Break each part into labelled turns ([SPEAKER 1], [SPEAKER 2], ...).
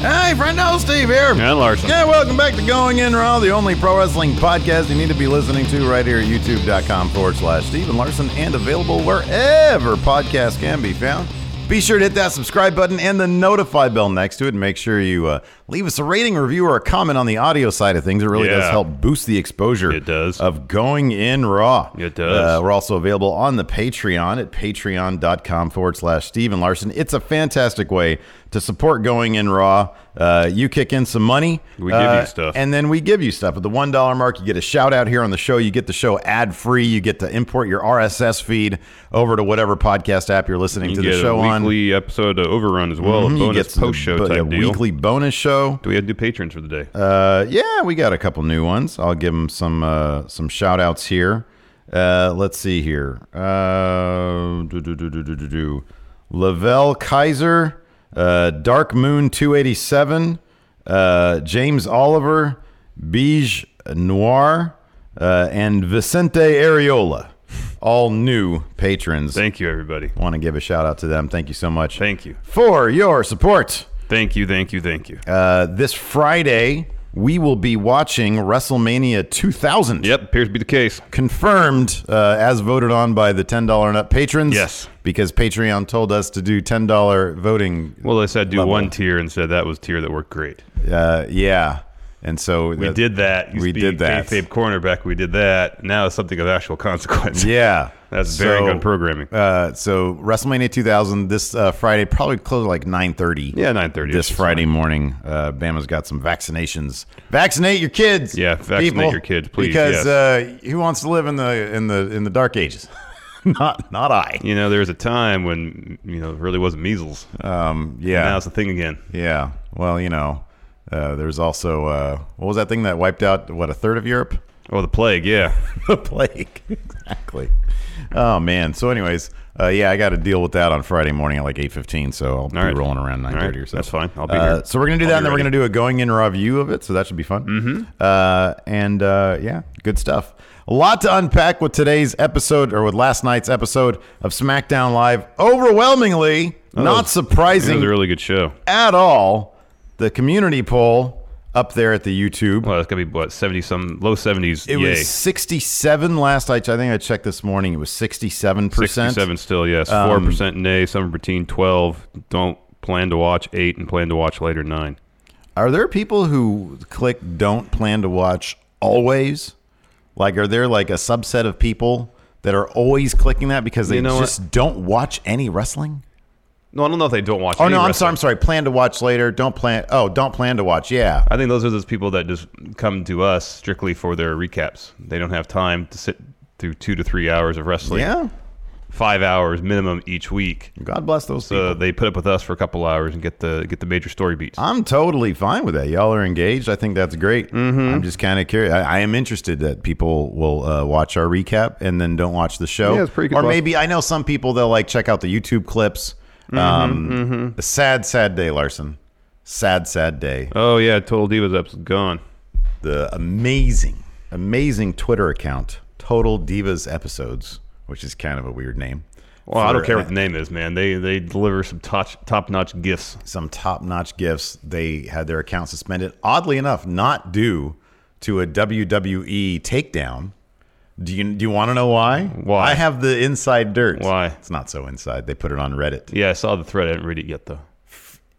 [SPEAKER 1] Hey, friendo, Steve here.
[SPEAKER 2] And Larson.
[SPEAKER 1] Yeah, welcome back to Going In Raw, the only pro wrestling podcast you need to be listening to right here at youtube.com forward slash Steven Larson and available wherever podcasts can be found. Be sure to hit that subscribe button and the notify bell next to it and make sure you uh, leave us a rating, review, or a comment on the audio side of things. It really
[SPEAKER 2] Yeah.
[SPEAKER 1] does help boost the exposure
[SPEAKER 2] It does.
[SPEAKER 1] of Going In Raw.
[SPEAKER 2] It does.
[SPEAKER 1] Uh, we're also available on the Patreon at patreon.com forward slash Steven Larson. It's a fantastic way to support Going In Raw. Uh, you kick in some money.
[SPEAKER 2] We give you
[SPEAKER 1] uh,
[SPEAKER 2] stuff.
[SPEAKER 1] And then we give you stuff. At the $1 mark, you get a shout out here on the show. You get the show ad free. You get to import your RSS feed over to whatever podcast app you're listening
[SPEAKER 2] You
[SPEAKER 1] to
[SPEAKER 2] get
[SPEAKER 1] the show
[SPEAKER 2] a
[SPEAKER 1] on.
[SPEAKER 2] weekly episode of Overrun as well,
[SPEAKER 1] Mhm, you
[SPEAKER 2] a
[SPEAKER 1] get
[SPEAKER 2] bonus
[SPEAKER 1] some-
[SPEAKER 2] post show
[SPEAKER 1] but
[SPEAKER 2] type
[SPEAKER 1] a
[SPEAKER 2] deal.
[SPEAKER 1] Weekly bonus show.
[SPEAKER 2] Do we have new patrons for the day?
[SPEAKER 1] Uh, yeah, we got a couple new ones. I'll give them some uh, some shout outs here. Uh, let's see here. Uh, do, do, do, do, do, do, do. Lavelle Kaiser, uh, Dark Moon 287, uh, James Oliver, Beige Noir, uh, and Vicente Areola. All new patrons.
[SPEAKER 2] Thank you, everybody.
[SPEAKER 1] Want to give a shout out to them. Thank you so much
[SPEAKER 2] Thank you.
[SPEAKER 1] for your support.
[SPEAKER 2] Thank you. Thank you. Thank you.
[SPEAKER 1] Uh, this Friday, we will be watching WrestleMania 2000.
[SPEAKER 2] yep, appears to be the case.
[SPEAKER 1] Confirmed uh, as voted on by the $10 and up patrons.
[SPEAKER 2] Yes.
[SPEAKER 1] Because Patreon told us to do $10 voting.
[SPEAKER 2] Well, they said do
[SPEAKER 1] Level.
[SPEAKER 2] one tier and said that was tier that worked great.
[SPEAKER 1] Uh, yeah. And so
[SPEAKER 2] We did that. Used
[SPEAKER 1] we
[SPEAKER 2] to be
[SPEAKER 1] did that.
[SPEAKER 2] Kayfabe cornerback. We did that. Now it's something of actual consequence.
[SPEAKER 1] Yeah.
[SPEAKER 2] That's very good programming.
[SPEAKER 1] Uh, so WrestleMania 2000 this uh, Friday probably close like 9:30.
[SPEAKER 2] Yeah, 9:30
[SPEAKER 1] This
[SPEAKER 2] is fine.
[SPEAKER 1] Friday morning, uh, Bama's got some vaccinations. Vaccinate your kids.
[SPEAKER 2] Yeah, vaccinate
[SPEAKER 1] people,
[SPEAKER 2] your kids, please,
[SPEAKER 1] Because
[SPEAKER 2] yes.
[SPEAKER 1] uh, who wants to live in the in the in the dark ages? not not I.
[SPEAKER 2] You know, there was a time when you know it really wasn't measles.
[SPEAKER 1] Um,
[SPEAKER 2] Now
[SPEAKER 1] yeah.
[SPEAKER 2] it's a thing again.
[SPEAKER 1] Yeah. Well, you know, uh, there's also uh, what was that thing that wiped out what a third of Europe?
[SPEAKER 2] Oh, the plague. Yeah.
[SPEAKER 1] the plague. exactly. Oh man. So, anyways, uh, yeah, I got to deal with that on Friday morning at like eight fifteen. So I'll be
[SPEAKER 2] right.
[SPEAKER 1] rolling around
[SPEAKER 2] All
[SPEAKER 1] nine
[SPEAKER 2] right.
[SPEAKER 1] thirty or so.
[SPEAKER 2] That's fine. I'll be
[SPEAKER 1] Uh,
[SPEAKER 2] here.
[SPEAKER 1] So we're gonna do
[SPEAKER 2] I'll
[SPEAKER 1] that,
[SPEAKER 2] be
[SPEAKER 1] and then we're
[SPEAKER 2] ready.
[SPEAKER 1] gonna do a going in review of it. So that should be fun. Mm-hmm. Uh, and uh, yeah, good stuff. A lot to unpack with today's episode, or with last night's episode of SmackDown Live. Overwhelmingly, not
[SPEAKER 2] was- It
[SPEAKER 1] surprising
[SPEAKER 2] was a really good show.
[SPEAKER 1] at all. The community poll up there at the YouTube.
[SPEAKER 2] Well, it's gonna be what seventy some low seventies.
[SPEAKER 1] It
[SPEAKER 2] yay.
[SPEAKER 1] was 67 last I, I think I checked this morning. It was 67%.
[SPEAKER 2] 67 still, yes. 4% nay, summer routine 12, don't plan to watch 8, and plan to watch later 9.
[SPEAKER 1] Are there people who click don't plan to watch always? Like, are there like a subset of people that are always clicking that because they
[SPEAKER 2] You know
[SPEAKER 1] just don't watch any wrestling?
[SPEAKER 2] No, I don't know if they don't watch
[SPEAKER 1] Oh,
[SPEAKER 2] any
[SPEAKER 1] no, I'm
[SPEAKER 2] wrestling.
[SPEAKER 1] sorry. I'm sorry. Plan to watch later. Don't plan. Oh, don't plan to watch. Yeah.
[SPEAKER 2] I think those are those people that just come to us strictly for their recaps. They don't have time to sit through two to three hours of wrestling.
[SPEAKER 1] Yeah.
[SPEAKER 2] Five hours minimum each week.
[SPEAKER 1] God bless those
[SPEAKER 2] So
[SPEAKER 1] people.
[SPEAKER 2] they put up with us for a couple hours and get the get the major story beats.
[SPEAKER 1] I'm totally fine with that. Y'all are engaged. I think that's great.
[SPEAKER 2] Mm-hmm.
[SPEAKER 1] I'm just kind of curious. I, I am interested that people will uh, watch our recap and then don't watch the show.
[SPEAKER 2] Yeah, it's pretty good
[SPEAKER 1] Or
[SPEAKER 2] luck.
[SPEAKER 1] maybe I know some people they'll like check out the YouTube clips.
[SPEAKER 2] Mm-hmm,
[SPEAKER 1] um, A sad, sad day, Larson. Sad, sad day.
[SPEAKER 2] Oh yeah, Total Divas episode gone.
[SPEAKER 1] The amazing, amazing Twitter account, Total Divas Episodes, which is kind of a weird name.
[SPEAKER 2] Well, I
[SPEAKER 1] for
[SPEAKER 2] don't care what
[SPEAKER 1] a-
[SPEAKER 2] the name is, man. They they deliver some top top notch gifts.
[SPEAKER 1] some top-notch gifts. They had their account suspended, oddly enough, not due to a WWE takedown. Do you do you want to know why?
[SPEAKER 2] Why?
[SPEAKER 1] I have the inside dirt.
[SPEAKER 2] Why?
[SPEAKER 1] It's not so inside. They put it on Reddit.
[SPEAKER 2] Yeah, I saw the thread. I didn't read it yet though.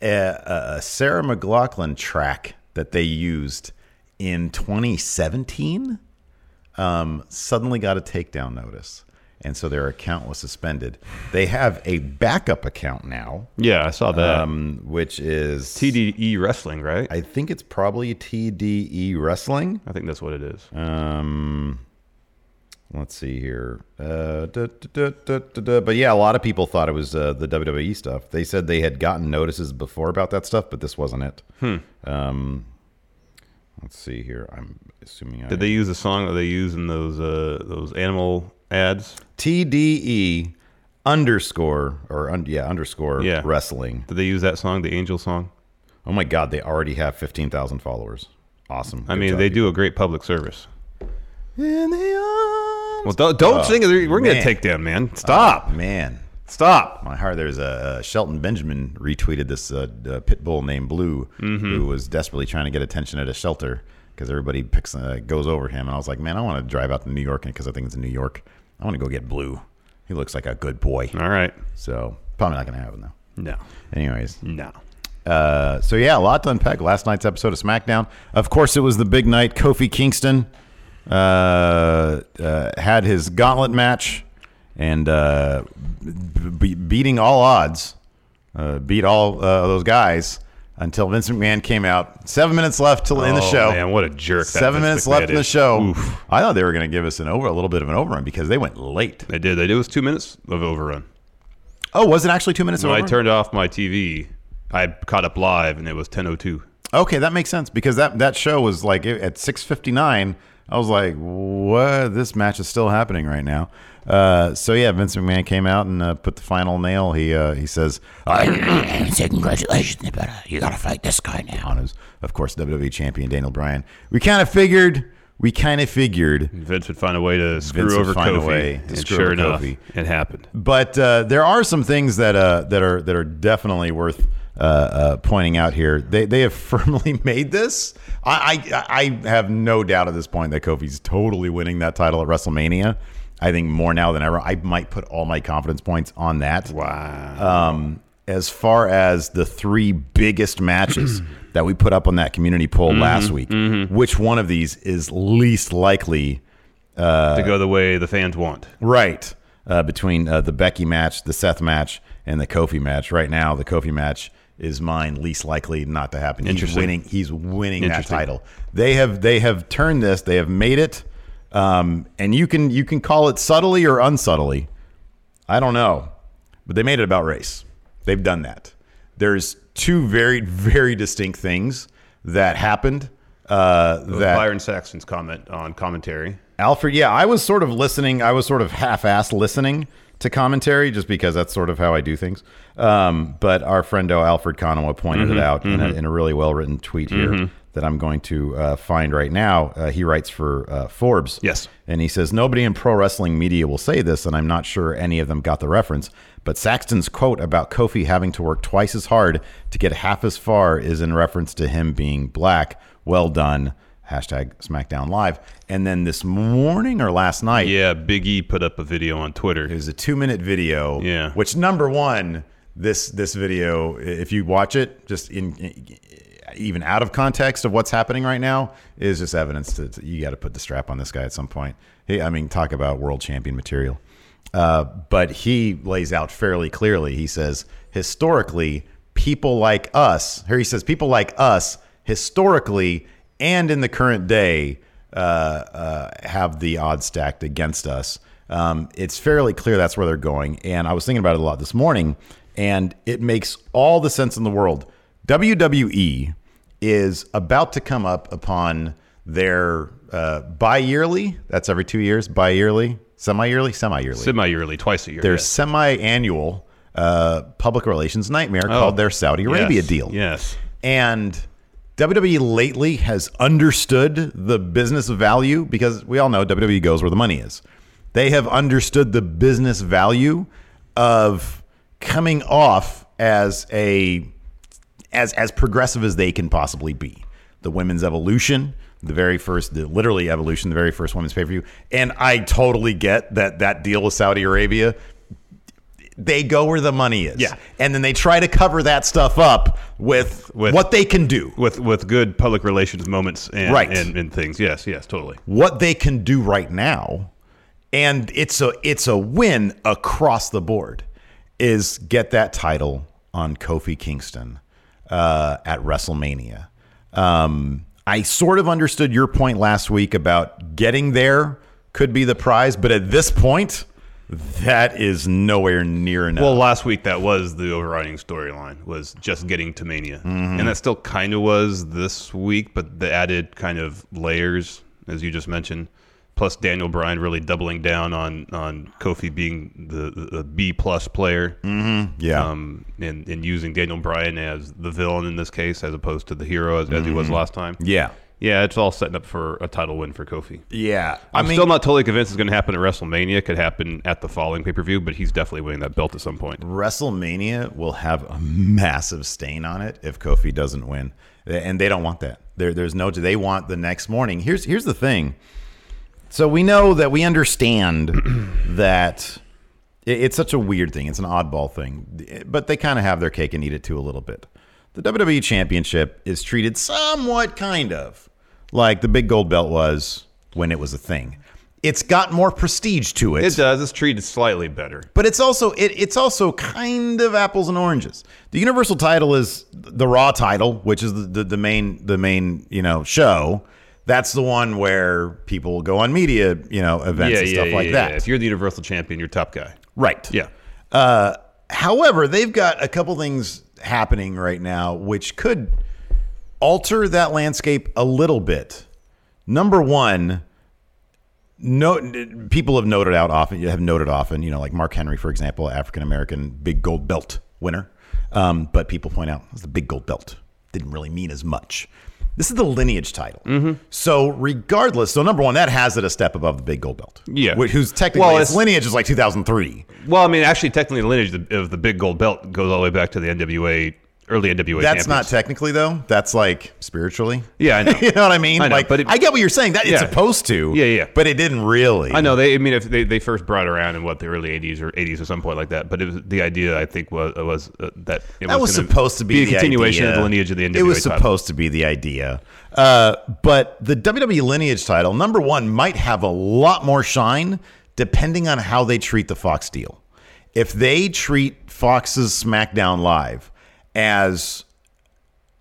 [SPEAKER 1] A, a Sarah McLaughlin track that they used in 2017 um, suddenly got a takedown notice. And so their account was suspended. They have a backup account now,
[SPEAKER 2] Yeah, I saw that.
[SPEAKER 1] um, which is
[SPEAKER 2] TDE E Wrestling, right? I,
[SPEAKER 1] I think it's probably TDE Wrestling.
[SPEAKER 2] think that's what it is.
[SPEAKER 1] Um, let's see here. Uh, duh, duh, duh, duh, duh, duh. But yeah, a lot of people thought it was uh, the WWE stuff. They said they had gotten notices before about that stuff, but this wasn't it.
[SPEAKER 2] Hmm.
[SPEAKER 1] Um, let's see here. I'm assuming I
[SPEAKER 2] Did they use the song that they use in those uh, those animal ads?
[SPEAKER 1] TDE E underscore or un, yeah underscore
[SPEAKER 2] Yeah.
[SPEAKER 1] wrestling.
[SPEAKER 2] Did they use that song, the Angel song?
[SPEAKER 1] Oh my God, they already have fifteen thousand followers. Awesome.
[SPEAKER 2] I mean, they do a great public service. Well,
[SPEAKER 1] Oh,
[SPEAKER 2] don't, don't sing it. We're going to
[SPEAKER 1] man.
[SPEAKER 2] take down, man. Stop.
[SPEAKER 1] Oh, man.
[SPEAKER 2] Stop.
[SPEAKER 1] My heart. There's a uh, Shelton Benjamin retweeted this uh, uh, pit bull named Blue,
[SPEAKER 2] Mm-hmm.
[SPEAKER 1] who was desperately trying to get attention at a shelter because everybody picks uh, goes over him. And I was like, man, I want to drive out to New York because I think it's in New York. I want to go get Blue. He looks like a good boy.
[SPEAKER 2] All right.
[SPEAKER 1] So probably not gonna happen though.
[SPEAKER 2] No.
[SPEAKER 1] Anyways,
[SPEAKER 2] No.
[SPEAKER 1] uh, so yeah, a lot to unpack. Last night's episode of SmackDown. Of course, it was the big night. Kofi Kingston uh, uh, had his gauntlet match and uh, be- beating all odds, uh, beat all uh, those guys until Vince McMahon came out. Seven minutes left till in the
[SPEAKER 2] Oh,
[SPEAKER 1] show.
[SPEAKER 2] man, what a jerk that
[SPEAKER 1] Seven
[SPEAKER 2] Vince
[SPEAKER 1] minutes
[SPEAKER 2] McMahon
[SPEAKER 1] left in the
[SPEAKER 2] is.
[SPEAKER 1] show.
[SPEAKER 2] Oof.
[SPEAKER 1] I thought they were going to give us an over, a little bit of an overrun because they went late.
[SPEAKER 2] They did. They did. It was two minutes of overrun.
[SPEAKER 1] Oh, was it actually two minutes?
[SPEAKER 2] When I
[SPEAKER 1] overrun?
[SPEAKER 2] turned off my TV, I caught up live, and it was 10:02.
[SPEAKER 1] Okay, that makes sense because that that show was like it- at six fifty nine. I was like, "What? This match is still happening right now." Uh, so yeah, Vince McMahon came out and uh, put the final nail. He uh, he says, "I say congratulations, you better you gotta fight this guy now." And it was, of course, WWE champion Daniel Bryan. We kind of figured. We kind of figured.
[SPEAKER 2] Vince would find a way to screw
[SPEAKER 1] Vince would
[SPEAKER 2] over
[SPEAKER 1] find a
[SPEAKER 2] Kofi,
[SPEAKER 1] way to
[SPEAKER 2] and
[SPEAKER 1] screw
[SPEAKER 2] sure
[SPEAKER 1] over
[SPEAKER 2] enough,
[SPEAKER 1] Kofi.
[SPEAKER 2] it happened.
[SPEAKER 1] But uh, there are some things that uh, that are that are definitely worth uh, uh, pointing out here. They they have firmly made this. I, I I have no doubt at this point that Kofi's totally winning that title at WrestleMania. I think more now than ever. I might put all my confidence points on that. Wow. Um, as far as the three biggest matches that we put up on that community poll last week, which one of these is least likely? Uh,
[SPEAKER 2] to go the way the fans want.
[SPEAKER 1] Right. Uh, between uh, the Becky match, the Seth match, and the Kofi match. Right now, the Kofi match is mine least likely not to happen. He's
[SPEAKER 2] Interesting.
[SPEAKER 1] winning. He's winning that
[SPEAKER 2] Interesting.
[SPEAKER 1] title. They have they have turned this. They have made it. Um, and you can you can call it subtly or unsubtly. I don't know, but they made it about race. They've done that. There's two very very distinct things that happened. Uh, that
[SPEAKER 2] Byron Saxton's comment on commentary.
[SPEAKER 1] Alfred, yeah, I was sort of listening. I was sort of half-assed listening to commentary just because that's sort of how I do things. Um, but our friend oh, Alfred Conowa pointed it out in, a, in a really well-written tweet here that I'm going to uh, find right now. Uh, he writes for uh, Forbes.
[SPEAKER 2] Yes.
[SPEAKER 1] And he says, Nobody in pro wrestling media will say this, and I'm not sure any of them got the reference, but Saxton's quote about Kofi having to work twice as hard to get half as far is in reference to him being black. Well done. Hashtag SmackDown Live. And then this morning or last night,
[SPEAKER 2] Yeah, Big E put up a video on
[SPEAKER 1] it
[SPEAKER 2] Twitter.
[SPEAKER 1] was a two minute video.
[SPEAKER 2] Yeah.
[SPEAKER 1] Which number one, this this video, i- if you watch it, just in, in- even out of context of what's happening right now, is just evidence that you got to put the strap on this guy at some point. He, I mean, talk about world champion material. Uh, but he lays out fairly clearly. He says historically, people like us. Here he says people like us historically and in the current day uh, uh, have the odds stacked against us. Um, it's fairly clear that's where they're going. And I was thinking about it a lot this morning, and it makes all the sense in the world. WWE is about to come up upon their uh, bi yearly, that's every two years, bi yearly, semi yearly, semi yearly.
[SPEAKER 2] Semi-yearly, twice a year.
[SPEAKER 1] their
[SPEAKER 2] yes.
[SPEAKER 1] semi annual uh, public relations nightmare called their Saudi Arabia
[SPEAKER 2] Oh, Yes,
[SPEAKER 1] deal.
[SPEAKER 2] Yes.
[SPEAKER 1] And WWE lately has understood the business value because we all know WWE goes where the money is. They have understood the business value of coming off as a as as progressive as they can possibly be. The women's evolution, the very first, the literally evolution, the very first women's pay per view, and I totally get that that deal with Saudi Arabia They go where the money is.
[SPEAKER 2] Yeah.
[SPEAKER 1] And then they try to cover that stuff up with,
[SPEAKER 2] With-
[SPEAKER 1] what they can do,
[SPEAKER 2] with with good public relations moments and
[SPEAKER 1] Right.
[SPEAKER 2] and, and things. Yes, yes, totally.
[SPEAKER 1] what they can do right now. And it's a it's a win across the board is get that title on Kofi Kingston uh, at WrestleMania. Um, I sort of understood your point last week about getting there could be the prize, but at this point, that is nowhere near enough.
[SPEAKER 2] Well, last week that was the overriding storyline was just getting to Mania, and that still kind of was this week, but the added kind of layers, as you just mentioned, plus Daniel Bryan really doubling down on on Kofi being the, the, the B plus player,
[SPEAKER 1] yeah.
[SPEAKER 2] um, and and using Daniel Bryan as the villain in this case, as opposed to the hero as, as he was last time.
[SPEAKER 1] Mm-hmm. yeah.
[SPEAKER 2] Yeah, it's all setting up for a title win for Kofi.
[SPEAKER 1] Yeah.
[SPEAKER 2] I'm still not totally convinced it's going to happen at WrestleMania. It Could happen at the following pay per view, but he's definitely winning that belt at some point.
[SPEAKER 1] WrestleMania will have a massive stain on it if Kofi doesn't win, and they don't want that. There, there's no. They want the next morning. Here's here's the thing. So we know that we understand that it- it's such a weird thing. It's an oddball thing, but they kind of have their cake and eat it too a little bit. The WWE Championship is treated somewhat kind of like the big gold belt was when it was a thing. It's got more prestige to it.
[SPEAKER 2] It does. It's treated slightly better.
[SPEAKER 1] But it's also it, it's also kind of apples and oranges. The universal title is the Raw title, which is the, the, the main the main you know show. That's the one where people go on media you know events and stuff like that.
[SPEAKER 2] If you're the Universal Champion, you're top guy.
[SPEAKER 1] right.
[SPEAKER 2] Yeah.
[SPEAKER 1] Uh, however, they've got a couple things happening right now which could alter that landscape a little bit. Number one, no people have noted out often. You have noted often, you know, like Mark Henry, for example, African American big gold belt winner. Um, but people point out it's the big gold belt didn't really mean as much. This is the lineage title.
[SPEAKER 2] Mm-hmm.
[SPEAKER 1] So regardless, so number one, that has it a step above the big gold belt.
[SPEAKER 2] Yeah.
[SPEAKER 1] Wh- who's technically
[SPEAKER 2] Well,
[SPEAKER 1] its
[SPEAKER 2] it's-
[SPEAKER 1] lineage is like 2003.
[SPEAKER 2] Well, I mean, actually, technically, the lineage of the- of the big gold belt goes all the way back to the NWA, early NWA.
[SPEAKER 1] That's
[SPEAKER 2] champions.
[SPEAKER 1] not technically though. That's like spiritually.
[SPEAKER 2] Yeah, I know.
[SPEAKER 1] you know what I mean.
[SPEAKER 2] I know,
[SPEAKER 1] like,
[SPEAKER 2] but it-
[SPEAKER 1] I get what you're saying. That it's
[SPEAKER 2] Yeah.
[SPEAKER 1] supposed to.
[SPEAKER 2] Yeah, yeah.
[SPEAKER 1] But it didn't really.
[SPEAKER 2] I know they. I mean, if they, they first brought it around in what the early '80s or '80s or some point like that, but it was the idea I think was was uh, that it
[SPEAKER 1] That was
[SPEAKER 2] gonna
[SPEAKER 1] supposed to be,
[SPEAKER 2] a
[SPEAKER 1] the
[SPEAKER 2] continuation of
[SPEAKER 1] idea.
[SPEAKER 2] the lineage of the NWA.
[SPEAKER 1] It was
[SPEAKER 2] title.
[SPEAKER 1] supposed to be the idea. Uh, but the WWE lineage title, number one, might have a lot more shine depending on how they treat the Fox deal. If they treat Fox's SmackDown Live as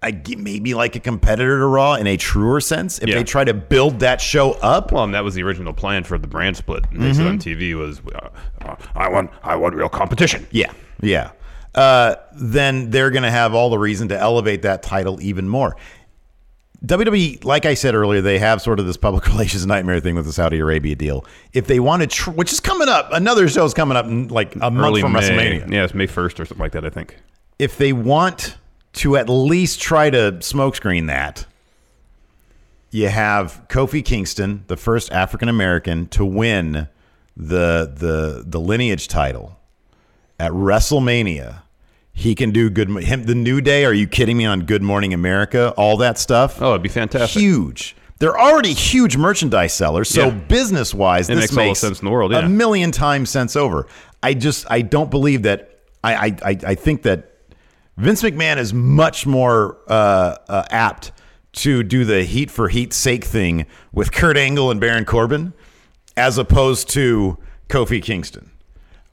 [SPEAKER 1] a, maybe like a competitor to Raw in a truer sense, if
[SPEAKER 2] Yeah.
[SPEAKER 1] they try to build that show up,
[SPEAKER 2] Well, and that was the original plan for the brand split. And they said on TV was, uh, uh, I want, I want real competition.
[SPEAKER 1] Yeah, yeah. Uh, then they're going to have all the reason to elevate that title even more. WWE, like I said earlier, they have sort of this public relations nightmare thing with the Saudi Arabia deal. If they want to, tr- which is coming up, another show is coming up in like a month
[SPEAKER 2] Early
[SPEAKER 1] from
[SPEAKER 2] May.
[SPEAKER 1] WrestleMania.
[SPEAKER 2] Yeah, it's May first or something like that. I think.
[SPEAKER 1] If they want to at least try to smokescreen that, you have Kofi Kingston, the first African American to win the the the lineage title at WrestleMania. He can do good. Mo- Him, the New Day. Are you kidding me? On Good Morning America, all that stuff.
[SPEAKER 2] Oh, it'd be fantastic.
[SPEAKER 1] Huge. They're already huge merchandise sellers, so
[SPEAKER 2] Yeah.
[SPEAKER 1] business wise,
[SPEAKER 2] It
[SPEAKER 1] this
[SPEAKER 2] makes all the sense in the world,
[SPEAKER 1] a
[SPEAKER 2] yeah.
[SPEAKER 1] million times sense over. I just I don't believe that. I I I, I think that Vince McMahon is much more uh, uh, apt to do the heat for heat's sake thing with Kurt Angle and Baron Corbin as opposed to Kofi Kingston.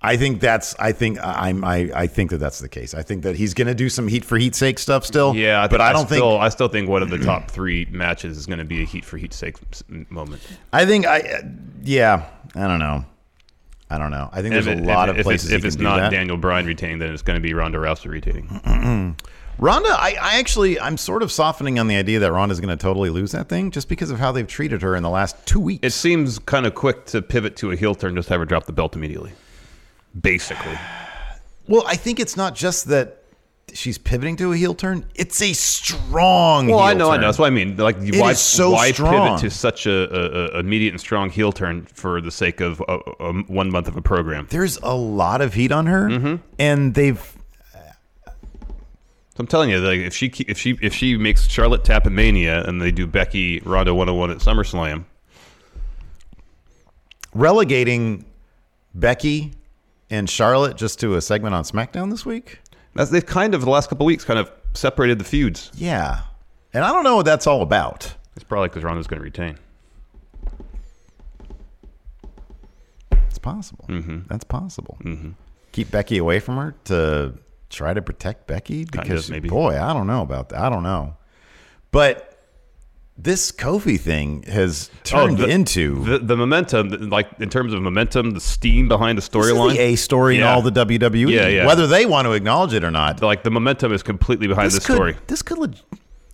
[SPEAKER 1] I think that's. I think I'm. I, I think that that's the case. I think that he's going to do some heat for heat's sake stuff still.
[SPEAKER 2] Yeah,
[SPEAKER 1] but I don't
[SPEAKER 2] still,
[SPEAKER 1] think.
[SPEAKER 2] I still think one of the top three matches is going to be a heat for heat sake s- moment.
[SPEAKER 1] I think I. uh, Yeah, I don't know. I don't know. I think there's
[SPEAKER 2] If
[SPEAKER 1] a
[SPEAKER 2] it-
[SPEAKER 1] lot
[SPEAKER 2] if,
[SPEAKER 1] of
[SPEAKER 2] it- if
[SPEAKER 1] places
[SPEAKER 2] it's, if
[SPEAKER 1] you
[SPEAKER 2] it's
[SPEAKER 1] can
[SPEAKER 2] not
[SPEAKER 1] do that.
[SPEAKER 2] Daniel Bryan retaining, then it's going to be Ronda Rousey retaining.
[SPEAKER 1] Ronda, I, I actually, I'm sort of softening on the idea that Ronda's going to totally lose that thing just because of how they've treated her in the last two weeks.
[SPEAKER 2] It seems kind of quick to pivot to a heel turn, just have her drop the belt immediately. Basically,
[SPEAKER 1] well, I think it's not just that she's pivoting to a heel turn; it's a strong.
[SPEAKER 2] Well, I
[SPEAKER 1] heel
[SPEAKER 2] know, I
[SPEAKER 1] turn.
[SPEAKER 2] know. That's what I mean. Like,
[SPEAKER 1] It
[SPEAKER 2] why,
[SPEAKER 1] is so
[SPEAKER 2] why
[SPEAKER 1] strong.
[SPEAKER 2] pivot to such a, a, a immediate and strong heel turn for the sake of a, a, a- one month of a program?
[SPEAKER 1] There's a lot of heat on her,
[SPEAKER 2] Mm-hmm.
[SPEAKER 1] and they've
[SPEAKER 2] So I'm telling you, like, if she ke- if she if she makes Charlotte tap at Mania and they do Becky Ronda 101 at SummerSlam,
[SPEAKER 1] relegating Becky and Charlotte just to a segment on SmackDown this week?
[SPEAKER 2] That's, they've kind of the last couple weeks kind of separated the feuds.
[SPEAKER 1] Yeah. And I don't know what that's all about.
[SPEAKER 2] It's probably because Ronda's going to retain.
[SPEAKER 1] It's possible.
[SPEAKER 2] Mm-hmm.
[SPEAKER 1] That's possible. Keep Becky away from her to try to protect Becky because
[SPEAKER 2] of, maybe.
[SPEAKER 1] boy, I don't know about that. I don't know. But this Kofi thing has turned
[SPEAKER 2] Oh, the-
[SPEAKER 1] into
[SPEAKER 2] The, the momentum, th- like in terms of momentum, the steam behind the
[SPEAKER 1] this is
[SPEAKER 2] storyline,
[SPEAKER 1] the A story in
[SPEAKER 2] Yeah.
[SPEAKER 1] all the WWE,
[SPEAKER 2] Yeah, yeah.
[SPEAKER 1] whether they want to acknowledge it or not.
[SPEAKER 2] like the momentum is completely behind this,
[SPEAKER 1] could
[SPEAKER 2] story.
[SPEAKER 1] this could leg-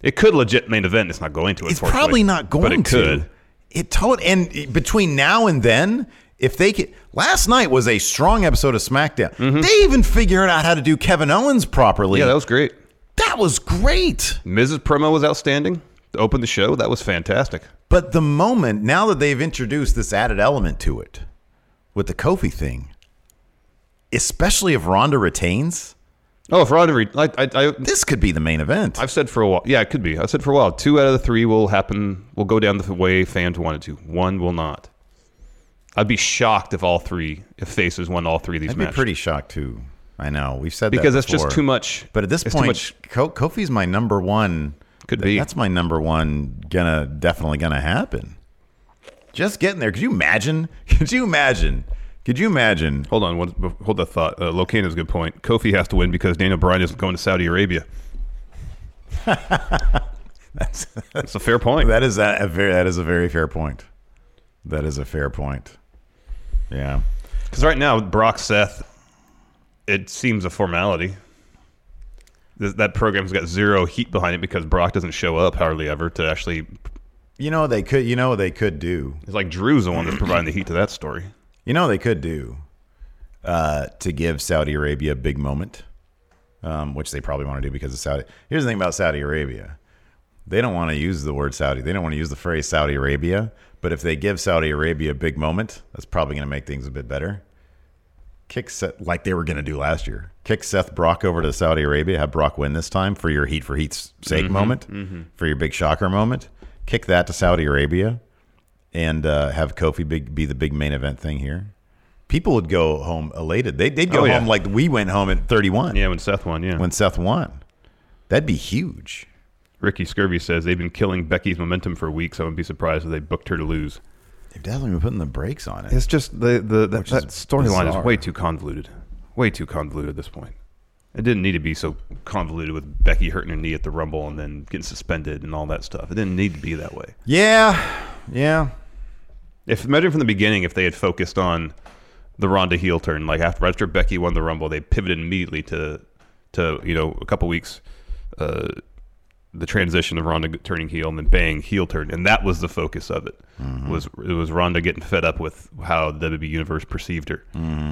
[SPEAKER 2] It could legit main event. It's not going to.
[SPEAKER 1] it's
[SPEAKER 2] unfortunately,
[SPEAKER 1] probably not going
[SPEAKER 2] but it could.
[SPEAKER 1] to. It told and it- between now and then, if they could, last night was a strong episode of SmackDown. They even figured out how to do Kevin Owens properly.
[SPEAKER 2] Mm-hmm. Yeah, that was great.
[SPEAKER 1] that was great.
[SPEAKER 2] Mrs. promo was outstanding. To open the show, that was fantastic.
[SPEAKER 1] But the moment now that they've introduced this added element to it with the Kofi thing, especially if Ronda retains,
[SPEAKER 2] Oh, if Ronda, re- I, I, I,
[SPEAKER 1] this could be the main event.
[SPEAKER 2] I've said for a while. Yeah, it could be. I said for a while. Two out of the three will happen. Will go down the way fans wanted to. One will not. I'd be shocked if all three, if faces won all three of these
[SPEAKER 1] I'd be
[SPEAKER 2] matches.
[SPEAKER 1] pretty shocked too. I know we've said
[SPEAKER 2] because
[SPEAKER 1] that
[SPEAKER 2] that's just
[SPEAKER 1] before.
[SPEAKER 2] too much.
[SPEAKER 1] But at this
[SPEAKER 2] it's
[SPEAKER 1] point,
[SPEAKER 2] too much.
[SPEAKER 1] Ko- Kofi's my number one.
[SPEAKER 2] Could
[SPEAKER 1] Th-
[SPEAKER 2] be.
[SPEAKER 1] That's my number one. Gonna definitely gonna happen. Just getting there. Could you imagine? Could you imagine? Could you imagine?
[SPEAKER 2] Hold on, one, bef- hold that thought. Uh, Locano's a good point. Kofi has to win because Daniel Bryan isn't going to Saudi Arabia. that's, a fair point.
[SPEAKER 1] That is a, a very that is a very fair point. That is a fair point. Yeah.
[SPEAKER 2] Because right now, Brock Seth, it seems a formality. Th- that program's got zero heat behind it because Brock doesn't show up hardly ever to actually.
[SPEAKER 1] You know what they could. You know what they could do.
[SPEAKER 2] It's like Drew's the one that's providing the heat to that story.
[SPEAKER 1] You know what they could do uh, to give Saudi Arabia a big moment, um, which they probably want to do because of Saudi. Here's the thing about Saudi Arabia: they don't want to use the word Saudi. They don't want to use the phrase Saudi Arabia. But if they give Saudi Arabia a big moment, that's probably going to make things a bit better. Kick Seth like they were going to do last year. Kick Seth Brock over to Saudi Arabia. Have Brock win this time for your heat for heat's sake
[SPEAKER 2] Mm-hmm,
[SPEAKER 1] moment, for your big shocker moment. Kick that to Saudi Arabia and uh, have Kofi big, be the big main event thing here, people would go home elated. They, they'd go
[SPEAKER 2] Oh, yeah.
[SPEAKER 1] home like we went home at 31
[SPEAKER 2] Yeah, when Seth won, yeah.
[SPEAKER 1] when Seth won. That'd be huge.
[SPEAKER 2] Ricky Scurvy says they've been killing Becky's momentum for weeks. I wouldn't be surprised if they booked her to lose.
[SPEAKER 1] They've definitely been putting the brakes on it.
[SPEAKER 2] It's just the the that,
[SPEAKER 1] is
[SPEAKER 2] that storyline
[SPEAKER 1] bizarre.
[SPEAKER 2] is way too convoluted, way too convoluted at this point. It didn't need to be so convoluted with Becky hurting her knee at the Rumble and then getting suspended and all that stuff. It didn't need to be that way.
[SPEAKER 1] Yeah, yeah.
[SPEAKER 2] If imagine from the beginning, if they had focused on the Ronda heel turn, like after after Becky won the Rumble, they pivoted immediately to to you know a couple weeks, uh, the transition of Ronda turning heel and then bang heel turn, and that was the focus of it.
[SPEAKER 1] Mm-hmm.
[SPEAKER 2] Was it was Ronda getting fed up with how the WWE universe perceived her.
[SPEAKER 1] Mm-hmm.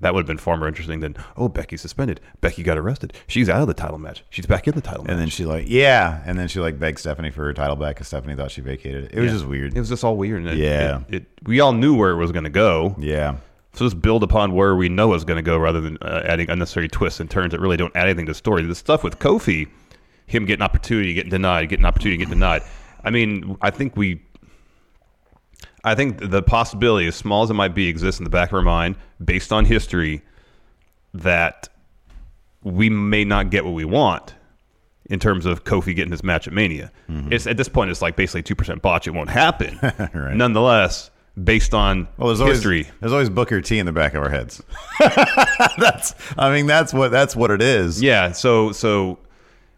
[SPEAKER 2] That would have been far more interesting than oh Becky suspended, Becky got arrested, she's out of the title match, she's back in the title match.
[SPEAKER 1] And then she like, yeah. And then she like begged Stephanie for her title back because Stephanie thought she vacated it. It was just weird.
[SPEAKER 2] It was just all weird. And it-
[SPEAKER 1] Yeah.
[SPEAKER 2] it, it, we all knew where it was going to go.
[SPEAKER 1] yeah.
[SPEAKER 2] So just build upon where we know it's going to go rather than uh, adding unnecessary twists and turns that really don't add anything to the story. The stuff with Kofi, him getting opportunity, getting denied, getting opportunity, getting denied. I mean, I think we. I think the possibility, as small as it might be, exists in the back of our mind, based on history, that we may not get what we want in terms of Kofi getting his match at Mania.
[SPEAKER 1] Mm-hmm.
[SPEAKER 2] It's at this point, it's like basically two percent botch. It won't happen. Nonetheless, based on
[SPEAKER 1] Well, there's always
[SPEAKER 2] history,
[SPEAKER 1] there's always Booker T in the back of our heads. that's I mean that's what that's what it is.
[SPEAKER 2] Yeah. So so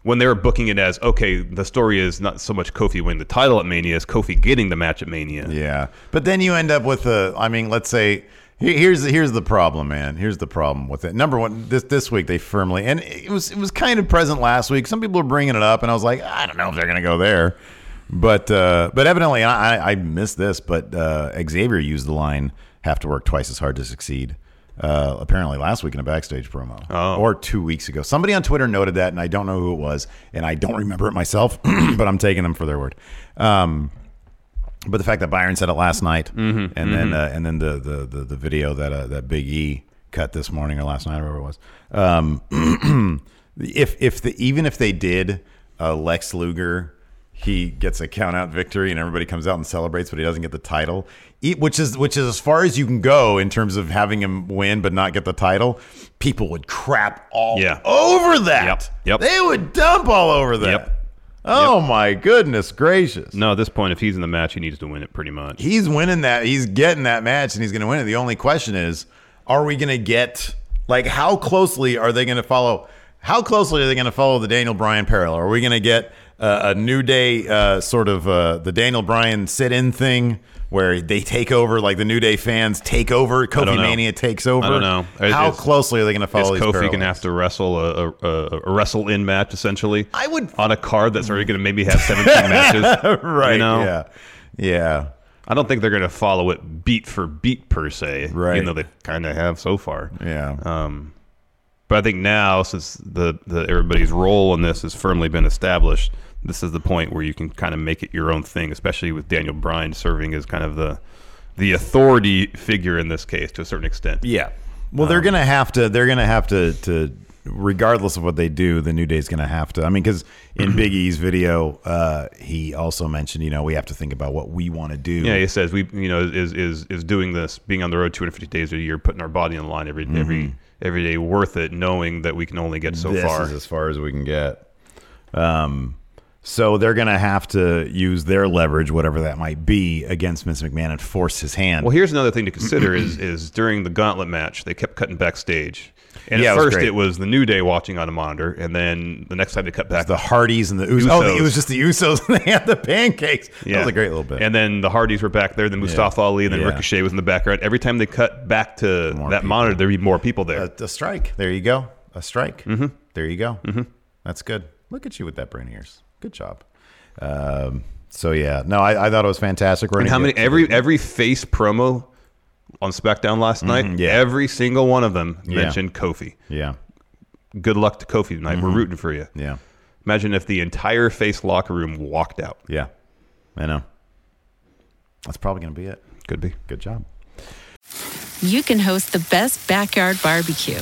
[SPEAKER 2] when they were booking it as okay, the story is not so much Kofi winning the title at Mania as Kofi getting the match at Mania.
[SPEAKER 1] Yeah, but then you end up with a. I mean, let's say here- here's the, here's the problem, man. Here's the problem with it. Number one, this this week they firmly and it was it was kind of present last week. Some people were bringing it up, and I was like, I don't know if they're gonna go there, but uh, but evidently I I- I missed this. But uh, Xavier used the line "have to work twice as hard to succeed." Uh, apparently last week in a backstage promo or two weeks ago somebody on twitter noted that and i don't know who it was and i don't remember it myself but i'm taking them for their word um, but the fact that Byron said it last night,
[SPEAKER 2] Mm-hmm.
[SPEAKER 1] and then uh, and then the the the, the video that uh, that Big E cut this morning or last night, or whatever it was. Um, if if the even if they did uh, Lex Luger he gets a count out victory and everybody comes out and celebrates, but he doesn't get the title. E- Which is which is as far as you can go in terms of having him win but not get the title. People would crap all
[SPEAKER 2] Yeah.
[SPEAKER 1] over that.
[SPEAKER 2] Yep, yep.
[SPEAKER 1] They would dump all over that.
[SPEAKER 2] Yep.
[SPEAKER 1] Oh my goodness gracious.
[SPEAKER 2] No, at this point, if he's in the match, he needs to win it pretty much.
[SPEAKER 1] He's winning that. He's getting that match and he's going to win it. The only question is, are we going to get like how closely are they going to follow? How closely are they going to follow the Daniel Bryan parallel? Are we going to get uh, a new day uh, sort of uh, the Daniel Bryan sit-in thing where they take over, like the New Day fans take over, Kofi
[SPEAKER 2] don't know.
[SPEAKER 1] Mania takes over?
[SPEAKER 2] I don't know. It-
[SPEAKER 1] how
[SPEAKER 2] it's-
[SPEAKER 1] closely are they going to
[SPEAKER 2] Is
[SPEAKER 1] follow these
[SPEAKER 2] Kofi
[SPEAKER 1] parallels?
[SPEAKER 2] gonna have to wrestle a, a, a, a wrestle in match essentially?
[SPEAKER 1] I would-
[SPEAKER 2] on a card that's already gonna maybe have seventeen matches.
[SPEAKER 1] right?
[SPEAKER 2] You know?
[SPEAKER 1] Yeah, yeah.
[SPEAKER 2] I don't think they're gonna follow it beat for beat per se.
[SPEAKER 1] Right.
[SPEAKER 2] Even though they kind of have so far.
[SPEAKER 1] Yeah.
[SPEAKER 2] Um, but I think now, since the, the everybody's role in this has firmly been established, this is the point where you can kind of make it your own thing, especially with Daniel Bryan serving as kind of the the authority figure in this case to a certain extent.
[SPEAKER 1] Yeah. Well, they're gonna have to. They're gonna have to. To regardless of what they do, the new day's gonna have to. I mean, because in Big E's video, uh, he also mentioned, you know, we have to think about what we want to do.
[SPEAKER 2] Yeah, he says we, you know, is is is doing this, being on the road 250 days a year, putting our body on the line every every every day, worth it, knowing that we can only get so
[SPEAKER 1] Mm-hmm. this
[SPEAKER 2] far.
[SPEAKER 1] is as far as we can get. Um, so they're gonna have to use their leverage, whatever that might be, against Vince McMahon and force his hand.
[SPEAKER 2] Well, here's another thing to consider: is is during the Gauntlet match, they kept cutting backstage, and
[SPEAKER 1] Yeah, it
[SPEAKER 2] at
[SPEAKER 1] was
[SPEAKER 2] first
[SPEAKER 1] great.
[SPEAKER 2] it was the New Day watching on a monitor, and then the next time they cut back,
[SPEAKER 1] the Hardys and the Usos. Oh,
[SPEAKER 2] Usos.
[SPEAKER 1] it was just the Usos and they had the pancakes.
[SPEAKER 2] yeah,
[SPEAKER 1] That was a great little bit.
[SPEAKER 2] And then the Hardys were back there, then Mustafa Ali, and then
[SPEAKER 1] Yeah.
[SPEAKER 2] Ricochet was in the background. Every time they cut back to
[SPEAKER 1] More
[SPEAKER 2] that
[SPEAKER 1] people.
[SPEAKER 2] monitor, there'd be more people there.
[SPEAKER 1] a, a strike. There you go. A strike. Mm-hmm. There you go. Mm-hmm. That's good. Look at you with that brain ears. Good job. Um, so yeah, no, I, I thought it was fantastic. We're
[SPEAKER 2] And
[SPEAKER 1] gonna
[SPEAKER 2] how many
[SPEAKER 1] get-
[SPEAKER 2] every every face promo on SmackDown last night?
[SPEAKER 1] Mm-hmm, yeah.
[SPEAKER 2] Every single one of them
[SPEAKER 1] Yeah.
[SPEAKER 2] mentioned Kofi.
[SPEAKER 1] Yeah,
[SPEAKER 2] Good luck to Kofi tonight.
[SPEAKER 1] Mm-hmm.
[SPEAKER 2] We're rooting for you.
[SPEAKER 1] yeah,
[SPEAKER 2] Imagine if the entire face locker room walked out.
[SPEAKER 1] yeah. I know. That's probably gonna be it.
[SPEAKER 2] Could be.
[SPEAKER 1] Good job.
[SPEAKER 3] you can host the best backyard barbecue.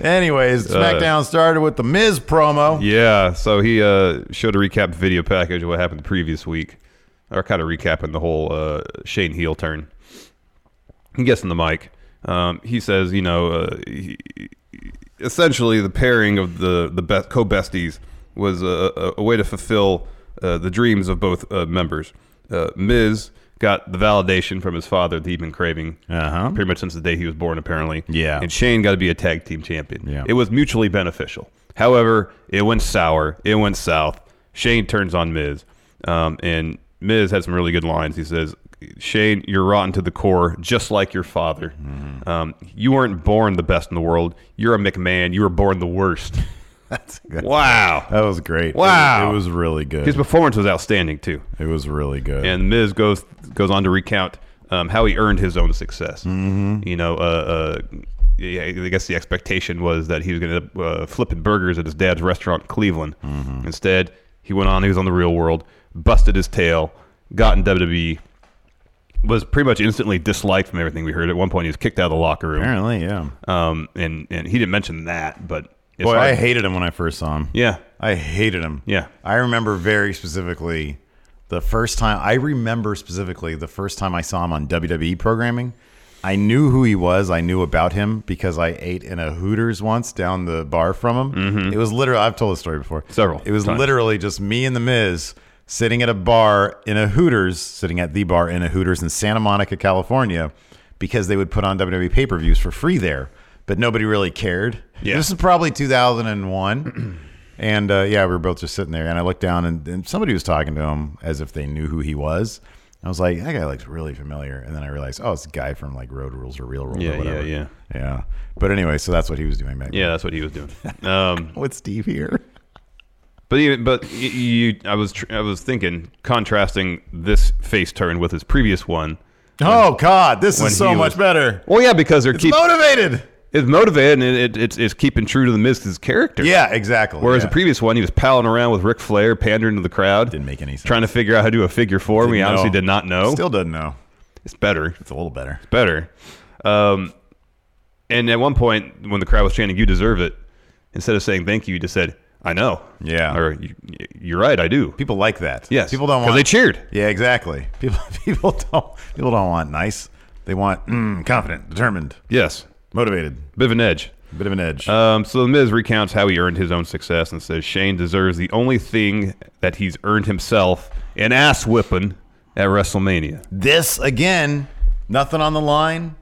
[SPEAKER 1] Anyways, SmackDown started with the Miz promo.
[SPEAKER 2] Uh, Yeah. So he uh, showed a recap video package of what happened the previous week, or kind of recapping the whole uh, Shane heel turn. He gets in the mic. Um, he says, you know, uh, he, essentially the pairing of the the best co besties was a, a, a way to fulfill uh, the dreams of both uh, members. Uh, Miz got the validation from his father that he'd been craving
[SPEAKER 1] Uh-huh.
[SPEAKER 2] pretty much since the day he was born, apparently.
[SPEAKER 1] Yeah.
[SPEAKER 2] And Shane got to be a tag team champion.
[SPEAKER 1] Yeah.
[SPEAKER 2] It was mutually beneficial. However, it went sour. It went south. Shane turns on Miz. Um, and Miz had some really good lines. He says, Shane, you're rotten to the core, just like your father. Um, you weren't born the best in the world. You're a McMahon. You were born the worst.
[SPEAKER 1] That's good.
[SPEAKER 2] Wow.
[SPEAKER 1] That was great.
[SPEAKER 2] Wow.
[SPEAKER 1] it was, it was really good.
[SPEAKER 2] His performance was outstanding, too.
[SPEAKER 1] it was really good.
[SPEAKER 2] And Miz goes goes on to recount um, how he earned his own success. Mm-hmm. You know, uh, uh, yeah, I guess the expectation was that he was going to uh, flipping burgers at his dad's restaurant in Cleveland.
[SPEAKER 1] Mm-hmm.
[SPEAKER 2] Instead, he went on. He was on the real world, busted his tail, got in WWE, was pretty much instantly disliked from everything we heard. At one point, he was kicked out of the locker room.
[SPEAKER 1] Apparently, yeah.
[SPEAKER 2] Um, and and he didn't mention that, but it's
[SPEAKER 1] Boy,
[SPEAKER 2] hard-
[SPEAKER 1] I hated him when I first saw him.
[SPEAKER 2] Yeah,
[SPEAKER 1] I hated him.
[SPEAKER 2] Yeah.
[SPEAKER 1] I remember very specifically the first time I remember specifically the first time I saw him on WWE programming. I knew who he was. I knew about him because I ate in a Hooters once down the bar from him. It was literally I've told the story before.
[SPEAKER 2] Mm-hmm. Several
[SPEAKER 1] It was
[SPEAKER 2] times.
[SPEAKER 1] literally just me and the Miz sitting at a bar in a Hooters, sitting at the bar in a Hooters in Santa Monica, California, because they would put on WWE pay-per-views for free there, but nobody really cared.
[SPEAKER 2] Yeah.
[SPEAKER 1] This is probably 2001. and uh, yeah, we were both just sitting there. And I looked down and, and somebody was talking to him as if they knew who he was. I was like, that guy looks really familiar. And then I realized, oh, it's a guy from like Road Rules or Real Rules
[SPEAKER 2] Yeah,
[SPEAKER 1] or
[SPEAKER 2] yeah,
[SPEAKER 1] whatever.
[SPEAKER 2] yeah.
[SPEAKER 1] Yeah. But anyway, so that's what he was doing. Maybe.
[SPEAKER 2] yeah, that's what he was doing. Um,
[SPEAKER 1] With Steve here.
[SPEAKER 2] But even, but y- you, I was tr- I was thinking contrasting this face turn with his previous one.
[SPEAKER 1] Oh God, this
[SPEAKER 2] when
[SPEAKER 1] is so
[SPEAKER 2] he
[SPEAKER 1] much
[SPEAKER 2] was-
[SPEAKER 1] better.
[SPEAKER 2] Well, yeah, because they're
[SPEAKER 1] It's
[SPEAKER 2] keep,
[SPEAKER 1] motivated.
[SPEAKER 2] it's motivated and it, it, it's, it's keeping true to the Miz's character.
[SPEAKER 1] Yeah, exactly.
[SPEAKER 2] Whereas
[SPEAKER 1] yeah.
[SPEAKER 2] the previous one, he was palling around with Ric Flair, pandering to the crowd.
[SPEAKER 1] Didn't make any sense.
[SPEAKER 2] Trying to figure out how to do a figure 4
[SPEAKER 1] Didn't
[SPEAKER 2] we obviously
[SPEAKER 1] know.
[SPEAKER 2] did not know.
[SPEAKER 1] still doesn't know.
[SPEAKER 2] it's better.
[SPEAKER 1] It's a little better.
[SPEAKER 2] better. Um, and at one point, when the crowd was chanting, "You deserve it," instead of saying thank you, you just said, "I know."
[SPEAKER 1] Yeah.
[SPEAKER 2] Or "You- you're right, I do.
[SPEAKER 1] People like that.
[SPEAKER 2] Yes.
[SPEAKER 1] people don't
[SPEAKER 2] because
[SPEAKER 1] want.
[SPEAKER 2] they cheered.
[SPEAKER 1] Yeah, exactly. People people don't people don't want nice. They want mm, confident, determined,
[SPEAKER 2] Yes,
[SPEAKER 1] motivated,
[SPEAKER 2] bit of an edge.
[SPEAKER 1] bit of an edge.
[SPEAKER 2] Um, so the Miz recounts how he earned his own success and says Shane deserves the only thing that he's earned himself: an ass whipping at WrestleMania.
[SPEAKER 1] this again, nothing on the line.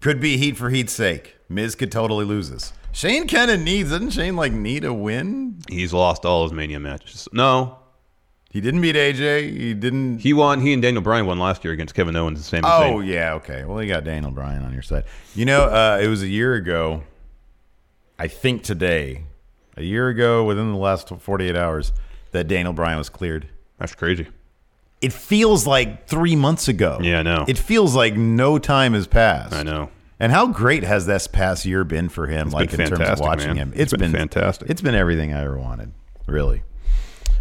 [SPEAKER 1] Could be heat for heat's sake. Miz could totally lose this. Shane kind of needs, doesn't Shane like need a win?
[SPEAKER 2] He's lost all his Mania matches. No,
[SPEAKER 1] He didn't beat AJ. He didn't.
[SPEAKER 2] he won. He and Daniel Bryan won last year against Kevin Owens and Sami Zayn.
[SPEAKER 1] oh yeah, okay. Well, you got Daniel Bryan on your side. You know, uh, it was a year ago. I think today, a year ago, within the last forty-eight hours, that Daniel Bryan was cleared.
[SPEAKER 2] That's crazy.
[SPEAKER 1] it feels like three months ago.
[SPEAKER 2] Yeah, I know.
[SPEAKER 1] It feels like no time has passed.
[SPEAKER 2] I know.
[SPEAKER 1] And how great has this past year been for him?
[SPEAKER 2] It's
[SPEAKER 1] like
[SPEAKER 2] been
[SPEAKER 1] in terms of
[SPEAKER 2] fantastic,
[SPEAKER 1] watching
[SPEAKER 2] man.
[SPEAKER 1] him,
[SPEAKER 2] It's been fantastic.
[SPEAKER 1] It's been everything I ever wanted, really.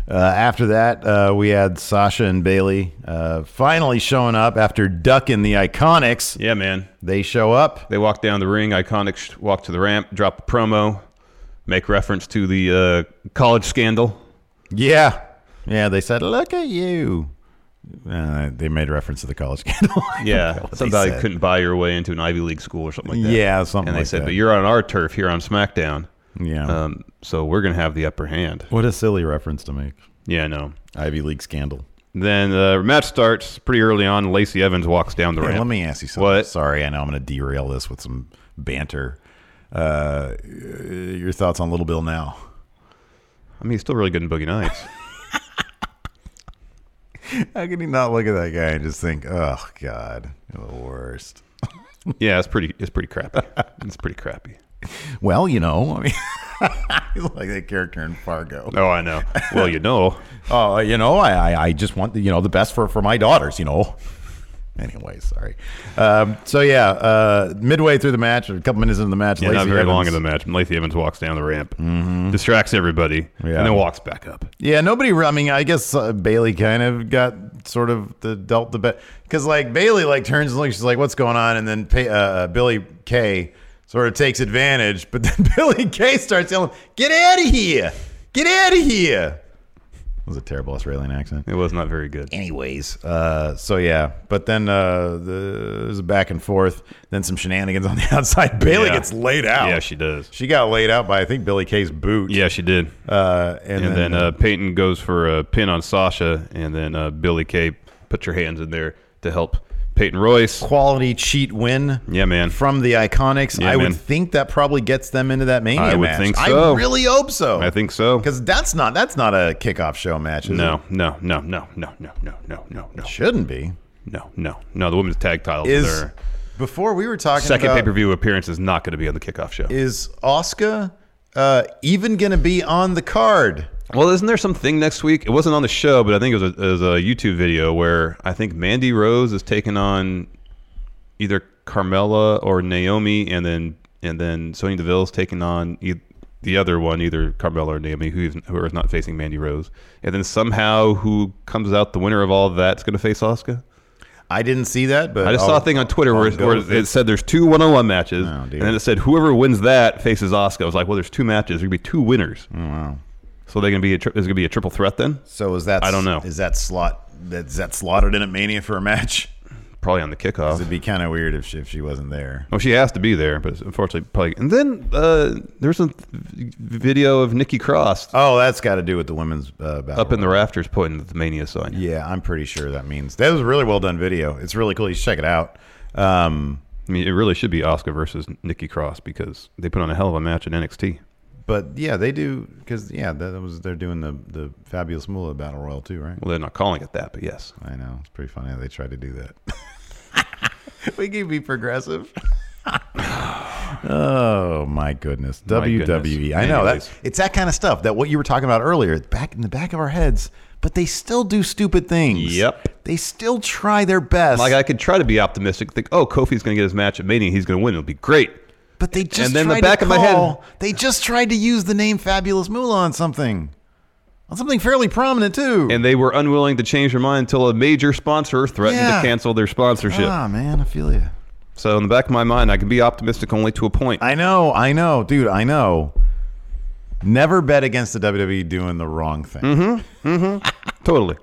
[SPEAKER 1] Uh, after that, uh, we had Sasha and Bailey uh, finally showing up after ducking the Iconics.
[SPEAKER 2] Yeah, man.
[SPEAKER 1] They show up.
[SPEAKER 2] They walk down the ring. Iconic sh- walk to the ramp, drop a promo, make reference to the uh, college scandal.
[SPEAKER 1] Yeah, yeah. They said, "Look at you." Uh, they made reference to the college scandal.
[SPEAKER 2] Yeah,
[SPEAKER 1] what they
[SPEAKER 2] somebody
[SPEAKER 1] said.
[SPEAKER 2] couldn't buy your way into an Ivy League school or something like that.
[SPEAKER 1] Yeah, something
[SPEAKER 2] And they
[SPEAKER 1] like
[SPEAKER 2] said,
[SPEAKER 1] that.
[SPEAKER 2] "But you're on our turf here on SmackDown,
[SPEAKER 1] yeah.
[SPEAKER 2] um, so we're gonna have the upper hand."
[SPEAKER 1] what a silly reference to make.
[SPEAKER 2] Yeah, I know.
[SPEAKER 1] Ivy League scandal.
[SPEAKER 2] Then the match starts pretty early on. Lacey Evans walks down the
[SPEAKER 1] Hey,
[SPEAKER 2] ramp.
[SPEAKER 1] let me ask you something.
[SPEAKER 2] What?
[SPEAKER 1] Sorry, I know I'm going to derail this with some banter. Uh, your thoughts on Little Bill now?
[SPEAKER 2] I mean, he's still really good in Boogie Nights.
[SPEAKER 1] How can you not look at that guy and just think, oh God, you're the worst?
[SPEAKER 2] yeah, it's pretty. It's pretty crappy. It's pretty crappy.
[SPEAKER 1] Well, you know, I mean, he's like that character in Fargo.
[SPEAKER 2] Oh, I know. Well, you know.
[SPEAKER 1] Oh, you know, I, I, I just want the, you know the best for for my daughters. You know. Anyway, sorry. Um, so yeah, uh, midway through the match, or a couple minutes into the match,
[SPEAKER 2] Yeah, not
[SPEAKER 1] Lacey
[SPEAKER 2] very long
[SPEAKER 1] Evans- Mm-hmm.
[SPEAKER 2] in the match. Lacey Evans walks down the ramp, distracts everybody,
[SPEAKER 1] Yeah.
[SPEAKER 2] and then walks back up.
[SPEAKER 1] Yeah, nobody. I mean, I guess uh, Bailey kind of got sort of the dealt the bet because like Bailey like turns and looks, she's like, "What's going on?" And then pa- uh, Billy Kay sort of takes advantage, but then Billy Kay starts yelling, "Get out of here! Get out of here!" That was a terrible Australian accent.
[SPEAKER 2] It was not very good.
[SPEAKER 1] Anyways, uh, so yeah, but then uh, the, there's a back and forth, then some shenanigans on the outside. Bailey
[SPEAKER 2] Yeah.
[SPEAKER 1] gets laid out.
[SPEAKER 2] Yeah, she does.
[SPEAKER 1] She got laid out by I think Billy Kay's boot.
[SPEAKER 2] Yeah, she did.
[SPEAKER 1] uh, and,
[SPEAKER 2] and, then,
[SPEAKER 1] then
[SPEAKER 2] uh, Peyton goes for a pin on Sasha, and then uh, Billy Kay puts her hands in there to help Peyton Royce.
[SPEAKER 1] quality cheat win.
[SPEAKER 2] Yeah, man.
[SPEAKER 1] From the Iconics,
[SPEAKER 2] Yeah,
[SPEAKER 1] I would
[SPEAKER 2] man.
[SPEAKER 1] think that probably gets them into that Mania
[SPEAKER 2] I would
[SPEAKER 1] match.
[SPEAKER 2] think
[SPEAKER 1] I
[SPEAKER 2] so.
[SPEAKER 1] really hope so.
[SPEAKER 2] I think so.
[SPEAKER 1] because that's not that's not a kickoff show match. Is
[SPEAKER 2] No, no, no, no, no, no, no, no, no, no,
[SPEAKER 1] it? shouldn't be.
[SPEAKER 2] no, no, no. The women's tag titles.
[SPEAKER 1] Is
[SPEAKER 2] their
[SPEAKER 1] before we were talking
[SPEAKER 2] second
[SPEAKER 1] about
[SPEAKER 2] pay per view appearance is not going to be on the kickoff show.
[SPEAKER 1] is Oscar uh, even going to be on the card?
[SPEAKER 2] Well, isn't there something next week? It wasn't on the show, but I think it was a, it was a YouTube video where I think Mandy Rose is taking on either Carmella or Naomi, and then and then Sonya Deville's taking on e- the other one, either Carmella or Naomi, who is, who is not facing Mandy Rose, and then somehow who comes out the winner of all of that's going to face Oscar.
[SPEAKER 1] I didn't see that, but
[SPEAKER 2] I just saw
[SPEAKER 1] I'll-
[SPEAKER 2] a thing on Twitter where,
[SPEAKER 1] I'll go
[SPEAKER 2] where
[SPEAKER 1] with
[SPEAKER 2] it said there's two one-on-one matches,
[SPEAKER 1] Oh, dear.
[SPEAKER 2] and then it said whoever wins that faces Oscar. I was like, well, there's two matches. There could be two winners. wow. So they can be a tri- there's gonna be a triple threat then.
[SPEAKER 1] Oh, So is that
[SPEAKER 2] I don't know.
[SPEAKER 1] Is that slot that's that slotted in at Mania for a match?
[SPEAKER 2] probably on the
[SPEAKER 1] 'Cause
[SPEAKER 2] kickoff.
[SPEAKER 1] It'd be kind of weird if she, if she wasn't there.
[SPEAKER 2] Oh, she has to be there, but unfortunately, probably. And then uh, there's a video of Nikki Cross
[SPEAKER 1] Oh, that's got to do with the women's uh, battle.
[SPEAKER 2] up in the rafters pointing at the Mania sign.
[SPEAKER 1] Yeah, I'm pretty sure that means that was a really well done video. It's really cool. You should check it out. Um,
[SPEAKER 2] I mean, it really should be Oscar versus Nikki Cross because they put on a hell of a match in NXT.
[SPEAKER 1] but yeah, they do because yeah, that was they're doing the the fabulous Moolah Battle Royal too, right?
[SPEAKER 2] Well, they're not calling it that, but yes.
[SPEAKER 1] I know it's pretty funny how they tried to do that. we can be progressive. Oh my goodness,
[SPEAKER 2] My
[SPEAKER 1] WWE.
[SPEAKER 2] goodness.
[SPEAKER 1] I know
[SPEAKER 2] Anyways.
[SPEAKER 1] that it's that kind of stuff that what you were talking about earlier, back in the back of our heads. But they still do stupid things.
[SPEAKER 2] Yep.
[SPEAKER 1] They still try their best.
[SPEAKER 2] Like I could try to be optimistic, think, oh, Kofi's going to get his match at Mania, he's going to win, it'll be great.
[SPEAKER 1] but they just
[SPEAKER 2] and then the
[SPEAKER 1] tried
[SPEAKER 2] back
[SPEAKER 1] to
[SPEAKER 2] of my head-
[SPEAKER 1] call- They just tried to use the name Fabulous Moolah on something, on something fairly prominent too.
[SPEAKER 2] And they were unwilling to change their mind until a major sponsor threatened
[SPEAKER 1] Yeah.
[SPEAKER 2] to cancel their sponsorship.
[SPEAKER 1] ah, man, I feel you.
[SPEAKER 2] So in the back of my mind, I can be optimistic only to a point.
[SPEAKER 1] I know, I know, dude, I know. Never bet against the WWE doing the wrong thing.
[SPEAKER 2] Mm-hmm. Totally.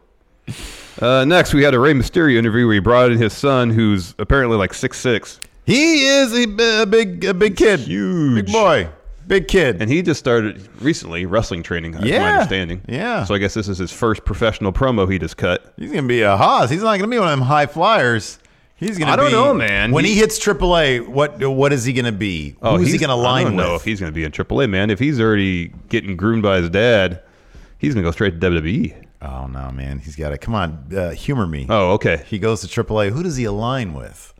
[SPEAKER 2] Uh, next, we had a Rey Mysterio interview where he brought in his son, who's apparently like six six,
[SPEAKER 1] He is a, bi- a big, a big kid,
[SPEAKER 2] Huge.
[SPEAKER 1] big boy, big kid.
[SPEAKER 2] and he just started recently wrestling training. Yeah,
[SPEAKER 1] Yeah.
[SPEAKER 2] my understanding.
[SPEAKER 1] Yeah.
[SPEAKER 2] So I guess this is his first professional promo he just cut.
[SPEAKER 1] He's gonna be a Haas. He's not gonna be one of them high flyers. He's gonna.
[SPEAKER 2] I don't
[SPEAKER 1] be-
[SPEAKER 2] know, man.
[SPEAKER 1] When he,
[SPEAKER 2] He-
[SPEAKER 1] hits AAA, what what is he gonna be? Who's he
[SPEAKER 2] Oh, he's-
[SPEAKER 1] gonna
[SPEAKER 2] I
[SPEAKER 1] line
[SPEAKER 2] don't
[SPEAKER 1] with?
[SPEAKER 2] know if he's going to be in AAA, man. If he's already getting groomed by his dad, he's going to go straight to WWE.
[SPEAKER 1] oh no, man. He's got to come on. Uh, humor me.
[SPEAKER 2] Oh, okay.
[SPEAKER 1] He goes to AAA. Who does he align with?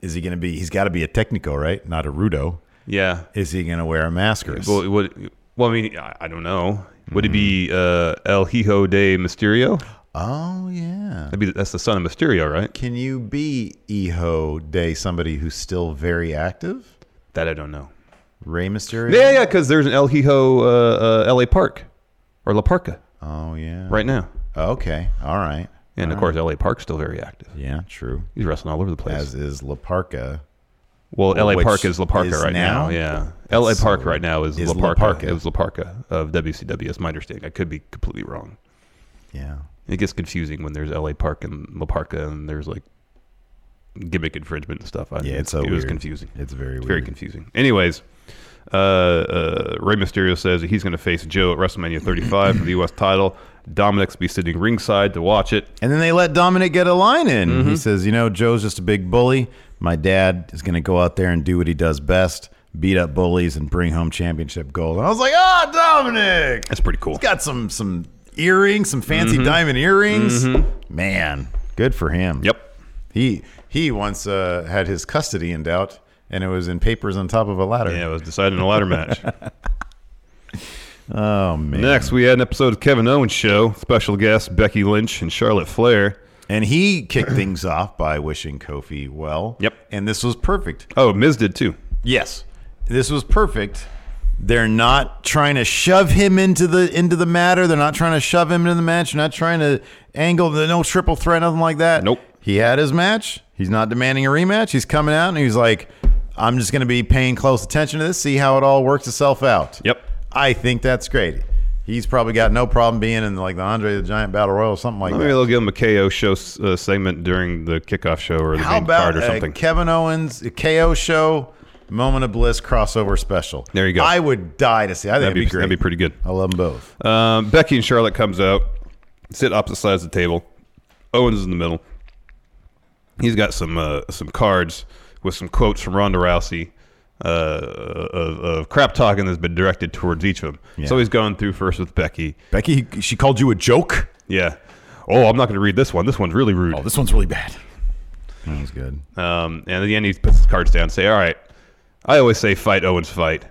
[SPEAKER 1] Is he gonna be? He's got to be a Technico, right? Not a Rudo.
[SPEAKER 2] Yeah.
[SPEAKER 1] Is he gonna wear a maskers?
[SPEAKER 2] Well, it would, well, I mean, I, I don't know. Would it be uh,
[SPEAKER 1] Mm-hmm.
[SPEAKER 2] El Hijo de Mysterio?
[SPEAKER 1] oh yeah.
[SPEAKER 2] That'd be, that's the son of Mysterio, right?
[SPEAKER 1] Can you be Iho Day somebody who's still very active?
[SPEAKER 2] That I don't know.
[SPEAKER 1] Rey Mysterio.
[SPEAKER 2] Yeah, yeah, because there's an El Hijo uh, uh, LA Park or La Parca
[SPEAKER 1] Oh yeah.
[SPEAKER 2] right now.
[SPEAKER 1] Okay. All right.
[SPEAKER 2] And of course, LA Park's still very active.
[SPEAKER 1] Yeah. True.
[SPEAKER 2] He's wrestling all over the place.
[SPEAKER 1] as is La Parca.
[SPEAKER 2] well, LA
[SPEAKER 1] which
[SPEAKER 2] Park is La Parca
[SPEAKER 1] is
[SPEAKER 2] right
[SPEAKER 1] now?
[SPEAKER 2] now. Yeah. LA
[SPEAKER 1] That's
[SPEAKER 2] Park
[SPEAKER 1] so-
[SPEAKER 2] right now is,
[SPEAKER 1] is
[SPEAKER 2] La,
[SPEAKER 1] La
[SPEAKER 2] Parca.
[SPEAKER 1] Parca.
[SPEAKER 2] It was La Parca of WCW. That's my understanding. I could be completely wrong.
[SPEAKER 1] Yeah.
[SPEAKER 2] It gets confusing when there's LA Park and La Parca and there's like gimmick infringement and stuff. I,
[SPEAKER 1] Yeah, it's so
[SPEAKER 2] It was
[SPEAKER 1] weird.
[SPEAKER 2] confusing.
[SPEAKER 1] It's very
[SPEAKER 2] Very
[SPEAKER 1] weird.
[SPEAKER 2] confusing. Anyways, uh, uh, Rey Mysterio says that he's going to face Joe at WrestleMania 35 for the U.S. title. Dominic's be sitting ringside to watch it.
[SPEAKER 1] And then they let Dominic get a line in.
[SPEAKER 2] Mm-hmm.
[SPEAKER 1] He says, "You know, Joe's just a big bully. My dad is going to go out there and do what he does best: beat up bullies and bring home championship gold." And I was like, "Ah, Dominic,
[SPEAKER 2] That's pretty cool.
[SPEAKER 1] he's got some some earrings, some fancy
[SPEAKER 2] Mm-hmm.
[SPEAKER 1] diamond earrings. Man, good for him."
[SPEAKER 2] Yep.
[SPEAKER 1] He he once uh, had his custody in doubt, and it was in papers on top of a ladder.
[SPEAKER 2] Yeah, it was decided in a ladder match.
[SPEAKER 1] Oh man.
[SPEAKER 2] Next, we had an episode of Kevin Owens Show. Special guests Becky Lynch and Charlotte Flair.
[SPEAKER 1] And he kicked things off by wishing Kofi well.
[SPEAKER 2] Yep.
[SPEAKER 1] And this was perfect.
[SPEAKER 2] Oh, Miz did too.
[SPEAKER 1] Yes. This was perfect. They're not trying to shove him into the into the matter. They're not trying to shove him into the match. They're not trying to angle the no triple threat, nothing like that.
[SPEAKER 2] Nope.
[SPEAKER 1] He had his match. He's not demanding a rematch. He's coming out and he's like, I'm just gonna be paying close attention to this, see how it all works itself out.
[SPEAKER 2] Yep.
[SPEAKER 1] I think that's great. He's probably got no problem being in like the Andre the Giant Battle Royal or something like
[SPEAKER 2] Maybe
[SPEAKER 1] that.
[SPEAKER 2] they'll give him a KO show uh, segment during the kickoff show or the
[SPEAKER 1] How
[SPEAKER 2] main
[SPEAKER 1] about
[SPEAKER 2] card or
[SPEAKER 1] uh,
[SPEAKER 2] something.
[SPEAKER 1] Kevin Owens a KO show, Moment of Bliss crossover special?
[SPEAKER 2] There you go.
[SPEAKER 1] I would die to see. I think
[SPEAKER 2] that'd,
[SPEAKER 1] it'd be,
[SPEAKER 2] be,
[SPEAKER 1] great.
[SPEAKER 2] that'd be pretty good.
[SPEAKER 1] I love them both.
[SPEAKER 2] Um, Becky and Charlotte comes out, sit opposite sides of the table. Owens is in the middle. He's got some uh, some cards with some quotes from Ronda Rousey uh, of, of crap talking that's been directed towards each of them. So he's going through first with Becky.
[SPEAKER 1] Becky, she called you a joke.
[SPEAKER 2] Yeah. Oh, I'm not going to read this one. This one's really rude.
[SPEAKER 1] Oh, this one's really bad. That was good.
[SPEAKER 2] Um, and at the end, he puts his cards down and say, all right, I always say fight, Owens, fight.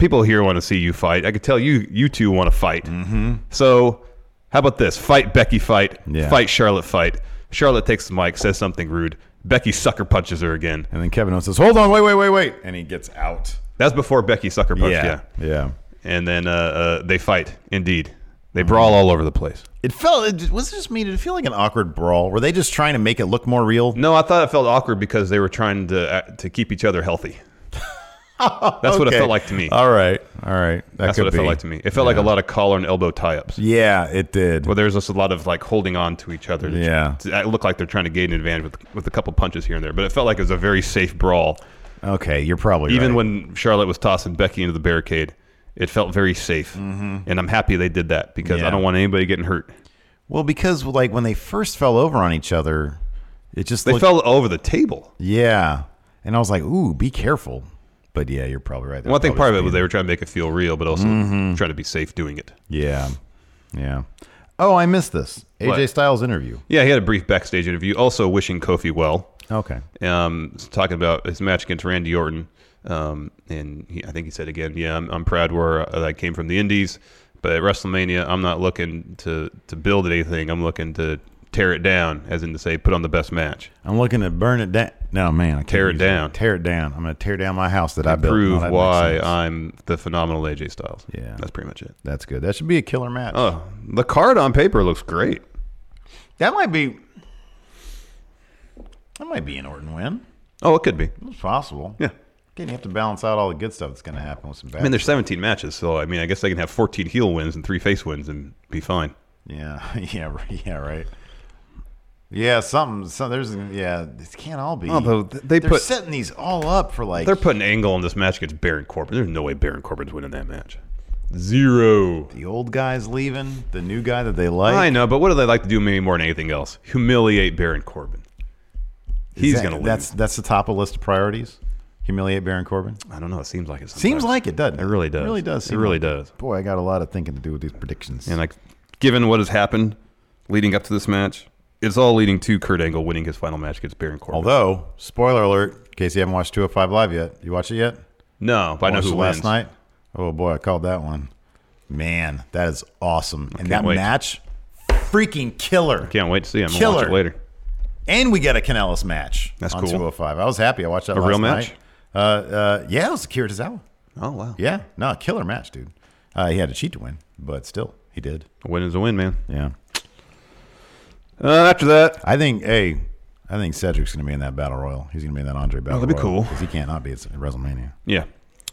[SPEAKER 2] People here want to see you fight. I could tell you, you two want to fight. Mm-hmm. So how about this? Fight Becky, fight.
[SPEAKER 1] Yeah.
[SPEAKER 2] Fight Charlotte, fight. Charlotte takes the mic, says something rude. Becky sucker punches her again.
[SPEAKER 1] And then Kevin Owens says, "Hold on, wait, wait, wait, wait," and he gets out.
[SPEAKER 2] That's before Becky sucker punched, yeah.
[SPEAKER 1] yeah.
[SPEAKER 2] And then uh, uh, they fight, indeed. They brawl all over the place.
[SPEAKER 1] It felt. It, was it just me? Did it feel like an awkward brawl? Were they just trying to make it look more real?
[SPEAKER 2] No, I thought it felt awkward because they were trying to, uh, to keep each other healthy. That's what it
[SPEAKER 1] Okay.
[SPEAKER 2] felt like to me.
[SPEAKER 1] All right, all right. That
[SPEAKER 2] That's
[SPEAKER 1] could
[SPEAKER 2] what it
[SPEAKER 1] be.
[SPEAKER 2] felt like to me. It felt like a lot of collar and elbow tie-ups.
[SPEAKER 1] Yeah, it did.
[SPEAKER 2] Well, there's just a lot of like holding on to each other. to-
[SPEAKER 1] Yeah.
[SPEAKER 2] to- it looked like they're trying to gain an advantage with with a couple punches here and there, but it felt like it was a very safe brawl.
[SPEAKER 1] Okay, you're probably
[SPEAKER 2] Even
[SPEAKER 1] right.
[SPEAKER 2] when Charlotte was tossing Becky into the barricade, it felt very safe, and I'm happy they did that because
[SPEAKER 1] Mm-hmm. Yeah.
[SPEAKER 2] I don't want anybody getting hurt.
[SPEAKER 1] Well, because like when they first fell over on each other, it just
[SPEAKER 2] They
[SPEAKER 1] looked,
[SPEAKER 2] fell over the table.
[SPEAKER 1] yeah, and I was like, ooh, be careful. But yeah, you're probably right.
[SPEAKER 2] One thing, part of it was they
[SPEAKER 1] there.
[SPEAKER 2] were trying to make it feel real, but also
[SPEAKER 1] Mm-hmm.
[SPEAKER 2] trying to be safe doing it.
[SPEAKER 1] yeah, yeah. Oh, I missed this AJ
[SPEAKER 2] What?
[SPEAKER 1] Styles interview.
[SPEAKER 2] Yeah, he had a brief backstage interview, also wishing Kofi well.
[SPEAKER 1] Okay.
[SPEAKER 2] um, talking about his match against Randy Orton. Um, and he, I think he said again, yeah, I'm, I'm proud where uh, I came from the Indies, but at WrestleMania, I'm not looking to, to build anything. I'm looking to tear it down, as in to say, put on the best match.
[SPEAKER 1] I'm looking to burn it down. No, man. I can't
[SPEAKER 2] Tear it
[SPEAKER 1] use
[SPEAKER 2] down.
[SPEAKER 1] Tear it down. I'm going to tear down my house that I built. No,
[SPEAKER 2] Prove
[SPEAKER 1] that makes
[SPEAKER 2] why
[SPEAKER 1] sense.
[SPEAKER 2] I'm the phenomenal AJ Styles.
[SPEAKER 1] Yeah. Um,
[SPEAKER 2] That's pretty much it.
[SPEAKER 1] That's good. That should be a killer match.
[SPEAKER 2] Oh, the card on paper looks great.
[SPEAKER 1] That might be. That might be an Orton win.
[SPEAKER 2] Oh, it could be.
[SPEAKER 1] It's possible.
[SPEAKER 2] Yeah.
[SPEAKER 1] Again, you have to balance out all the good stuff that's going to happen with some bad.
[SPEAKER 2] I mean, there's 17 matches, so I mean, I guess they can have 14 heel wins and three face wins and be fine.
[SPEAKER 1] yeah, yeah, right- yeah, right. Yeah, something. Some, there's yeah. It can't all be.
[SPEAKER 2] Although th- they
[SPEAKER 1] They're
[SPEAKER 2] put-
[SPEAKER 1] setting these all up for like
[SPEAKER 2] They're putting Angle on this match against Baron Corbin. There's no way Baron Corbin's winning that match. Zero.
[SPEAKER 1] the old guys leaving, the new guy that they like.
[SPEAKER 2] I know, but what do they like to do maybe more than anything else? Humiliate Baron Corbin.
[SPEAKER 1] Is
[SPEAKER 2] He's
[SPEAKER 1] that-
[SPEAKER 2] going to lose.
[SPEAKER 1] That's that's the top of the list of priorities. Humiliate Baron Corbin.
[SPEAKER 2] I don't know. It seems like it. Sometimes.
[SPEAKER 1] Seems like it doesn't.
[SPEAKER 2] It really does.
[SPEAKER 1] Really does.
[SPEAKER 2] It
[SPEAKER 1] seem
[SPEAKER 2] really
[SPEAKER 1] like
[SPEAKER 2] does.
[SPEAKER 1] Boy, I got a lot of thinking to do with these predictions.
[SPEAKER 2] And like, given what has happened leading up to this match, it's all leading to Kurt Angle winning his final match against Baron Corbin.
[SPEAKER 1] Although, spoiler alert, in case you haven't watched 205 Live yet, you watch it yet?
[SPEAKER 2] no, but I know
[SPEAKER 1] Watched
[SPEAKER 2] who
[SPEAKER 1] it
[SPEAKER 2] wins.
[SPEAKER 1] last night. Oh boy, I called that one. Man, that is awesome. and
[SPEAKER 2] can't
[SPEAKER 1] that
[SPEAKER 2] wait.
[SPEAKER 1] match, freaking killer.
[SPEAKER 2] Can't wait to see. I'm gonna watch
[SPEAKER 1] Killer.
[SPEAKER 2] it later.
[SPEAKER 1] And we got a Canellis match.
[SPEAKER 2] That's
[SPEAKER 1] on
[SPEAKER 2] cool.
[SPEAKER 1] 205. I was happy. I watched that
[SPEAKER 2] A
[SPEAKER 1] last
[SPEAKER 2] real match?
[SPEAKER 1] night. Uh, uh, yeah, it was Akira Tozawa.
[SPEAKER 2] Oh wow.
[SPEAKER 1] Yeah, no, killer match, dude. Uh, he had to cheat to win, but still, he did.
[SPEAKER 2] A win is a win, man.
[SPEAKER 1] Yeah,
[SPEAKER 2] Uh, after that,
[SPEAKER 1] I think. Hey, I think Cedric's going to be in that battle royal. He's going to be in that Andre battle.
[SPEAKER 2] Oh, that'd be
[SPEAKER 1] royal,
[SPEAKER 2] cool.
[SPEAKER 1] 'cause He can't not be. It's WrestleMania.
[SPEAKER 2] yeah.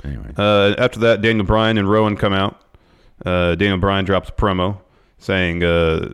[SPEAKER 1] Anyway,
[SPEAKER 2] Uh, after that, Daniel Bryan and Rowan come out. Uh, Daniel Bryan drops a promo saying, uh,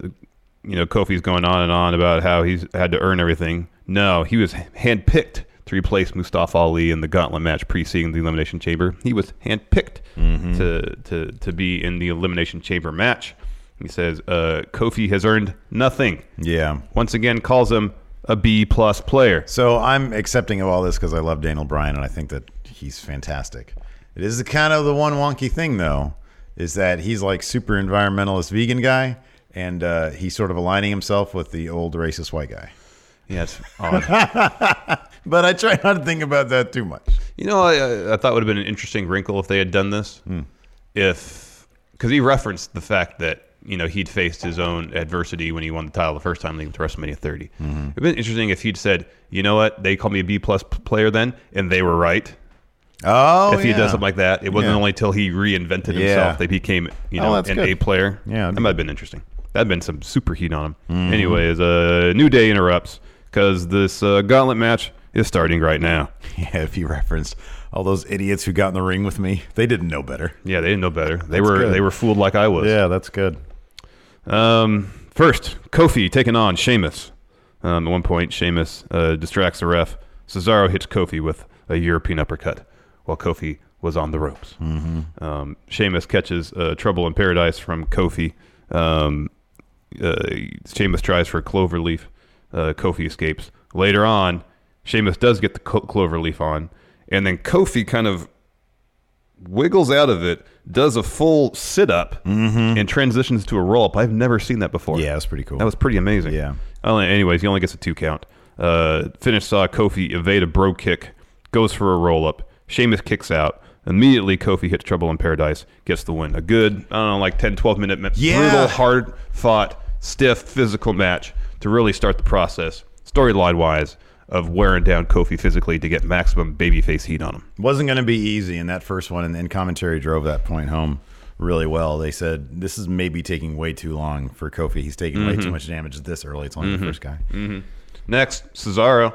[SPEAKER 2] you know, Kofi's going on and on about how he's had to earn everything. No, he was handpicked to replace Mustafa Ali in the gauntlet match preceding the Elimination Chamber. He was handpicked to, to, to be in the Elimination Chamber match. He says, uh, Kofi has earned nothing.
[SPEAKER 1] yeah.
[SPEAKER 2] Once again, calls him a B plus player.
[SPEAKER 1] So I'm accepting of all this because I love Daniel Bryan and I think that he's fantastic. It is the kind of the one wonky thing though, is that he's like super environmentalist vegan guy, and uh, he's sort of aligning himself with the old racist white guy.
[SPEAKER 2] Yes. odd.
[SPEAKER 1] But I try not to think about that too much.
[SPEAKER 2] You know, I- I, I thought would have been an interesting wrinkle if they had done this.
[SPEAKER 1] Hmm.
[SPEAKER 2] If because he referenced the fact that you know he'd faced his own adversity when he won the title the first time leading to WrestleMania 30.
[SPEAKER 1] Hmm.
[SPEAKER 2] It'd been interesting if he'd said, you know what, they called me a B plus p- player then, and they were right.
[SPEAKER 1] Oh,
[SPEAKER 2] if he
[SPEAKER 1] yeah.
[SPEAKER 2] had done something like that, it wasn't
[SPEAKER 1] Yeah.
[SPEAKER 2] only till he reinvented himself
[SPEAKER 1] Yeah.
[SPEAKER 2] that he became you
[SPEAKER 1] Oh,
[SPEAKER 2] know
[SPEAKER 1] that's
[SPEAKER 2] an
[SPEAKER 1] good.
[SPEAKER 2] A player.
[SPEAKER 1] Yeah, Hmm. that'd
[SPEAKER 2] that
[SPEAKER 1] be
[SPEAKER 2] might have been interesting. That'd been some super heat on him. Anyways, uh, New Day interrupts because this uh, gauntlet match is starting right now.
[SPEAKER 1] yeah, if he referenced all those idiots who got in the ring with me, they didn't know better.
[SPEAKER 2] Yeah, they didn't know better. They
[SPEAKER 1] That's
[SPEAKER 2] were
[SPEAKER 1] good.
[SPEAKER 2] they were fooled like I was.
[SPEAKER 1] Yeah, that's good.
[SPEAKER 2] Um, first, Kofi taking on Sheamus. Um, at one point, Sheamus uh, distracts the ref. Cesaro hits Kofi with a European uppercut while Kofi was on the ropes. Mm-hmm. Um, Sheamus catches uh, Trouble in Paradise from Kofi. Um, uh, Sheamus tries for a clover leaf. Uh, Kofi escapes. Later on, Sheamus does get the clo- clover leaf on, and then Kofi kind of wiggles out of it, does a full sit up, and transitions to a roll up. I've never seen that before.
[SPEAKER 1] Mm-hmm. Yeah, that's pretty cool.
[SPEAKER 2] That was pretty amazing.
[SPEAKER 1] Yeah.
[SPEAKER 2] Only, anyways, he only gets a two count. Uh, finish saw Kofi evade a bro kick, goes for a roll up. Sheamus kicks out. Immediately, Kofi hits Trouble in Paradise, gets the win. A good, I don't know, like 10, 12 minute, ma-
[SPEAKER 1] Yeah.
[SPEAKER 2] brutal, hard fought, stiff, physical match to really start the process, storyline wise, of wearing down Kofi physically to get maximum babyface heat on him.
[SPEAKER 1] wasn't going to be easy in that first one, and, and commentary drove that point home really well. They said this is maybe taking way too long for Kofi. He's taking way
[SPEAKER 2] Mm-hmm.
[SPEAKER 1] too much damage this early. It's only the first guy.
[SPEAKER 2] Next, Cesaro.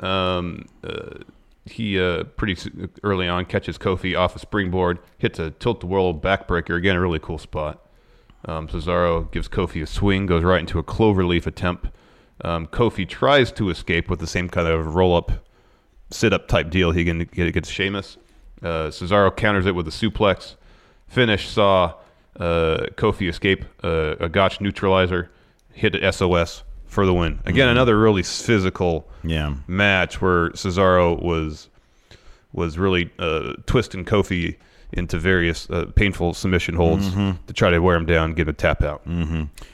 [SPEAKER 2] Um, uh, he uh, pretty s- early on catches Kofi off a springboard, hits a tilt the world backbreaker. Again, a really cool spot. Um, Cesaro gives Kofi a swing, goes right into a cloverleaf attempt. Um, Kofi tries to escape with the same kind of roll up, sit up type deal he can get against Sheamus. Uh, Cesaro counters it with a suplex. Finish saw uh, Kofi escape uh, a Gotch neutralizer, hit a SOS for the win. Again, another really physical
[SPEAKER 1] Yeah.
[SPEAKER 2] match where Cesaro was was really uh, twisting Kofi into various uh, painful submission holds
[SPEAKER 1] Mm-hmm.
[SPEAKER 2] to try to wear him down,
[SPEAKER 1] Mm.
[SPEAKER 2] get him a tap out.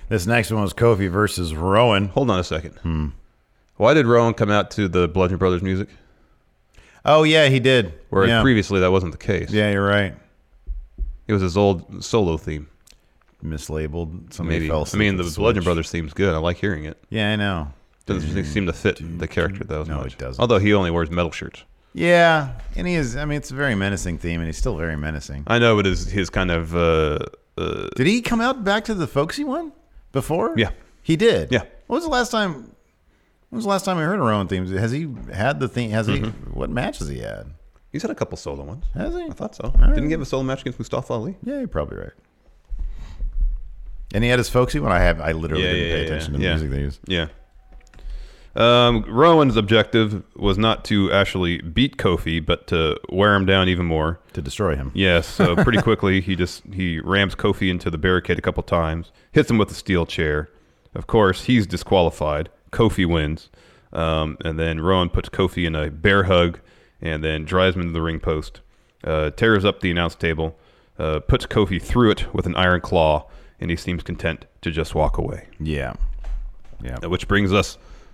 [SPEAKER 1] This next one was Kofi versus Rowan. Hmm.
[SPEAKER 2] Hold on a second. Why did Rowan come out to the Bludgeon Brothers music?
[SPEAKER 1] Oh yeah, he did.
[SPEAKER 2] Where
[SPEAKER 1] yeah.
[SPEAKER 2] previously that wasn't the case.
[SPEAKER 1] Yeah, you're right.
[SPEAKER 2] It was his old solo theme.
[SPEAKER 1] Mislabeled. Somebody
[SPEAKER 2] Maybe.
[SPEAKER 1] fell
[SPEAKER 2] I
[SPEAKER 1] asleep
[SPEAKER 2] mean,
[SPEAKER 1] at
[SPEAKER 2] the
[SPEAKER 1] the
[SPEAKER 2] Bludgeon
[SPEAKER 1] switch.
[SPEAKER 2] Brothers theme's good. I like hearing it.
[SPEAKER 1] Yeah, I know.
[SPEAKER 2] Doesn't seem to fit the character though. As
[SPEAKER 1] No, it
[SPEAKER 2] much.
[SPEAKER 1] doesn't.
[SPEAKER 2] Although he only wears metal shirts.
[SPEAKER 1] Yeah, and he is. I mean, it's a very menacing theme, and he's still very menacing.
[SPEAKER 2] I know, but his his kind of uh, uh,
[SPEAKER 1] Did he come out back to the folksy one before?
[SPEAKER 2] Yeah.
[SPEAKER 1] he did.
[SPEAKER 2] Yeah.
[SPEAKER 1] When was the last time? When was the last time we heard a Rowan theme? Has he had the theme? Has he?
[SPEAKER 2] Mm-hmm.
[SPEAKER 1] What match has he had?
[SPEAKER 2] he's had a couple solo ones.
[SPEAKER 1] Has he?
[SPEAKER 2] I thought so.
[SPEAKER 1] right.
[SPEAKER 2] Didn't give a solo match against Mustafa Ali.
[SPEAKER 1] Yeah, you're probably right. And he had his folksy one. I have. I literally
[SPEAKER 2] Yeah,
[SPEAKER 1] didn't
[SPEAKER 2] yeah,
[SPEAKER 1] pay
[SPEAKER 2] yeah,
[SPEAKER 1] attention
[SPEAKER 2] yeah.
[SPEAKER 1] to the
[SPEAKER 2] Yeah.
[SPEAKER 1] music they used.
[SPEAKER 2] Yeah. Um, Rowan's objective was not to actually beat Kofi, but to wear him down even more.
[SPEAKER 1] To destroy him.
[SPEAKER 2] Yes, so pretty quickly he just he rams Kofi into the barricade a couple times, hits him with a steel chair. Of course, he's disqualified. Kofi wins, um, and then Rowan puts Kofi in a bear hug, and then drives him into the ring post, uh, tears up the announce table, uh, puts Kofi through it with an iron claw, and he seems content to just walk away. Uh,
[SPEAKER 1] Yeah. Yeah.
[SPEAKER 2] Which brings us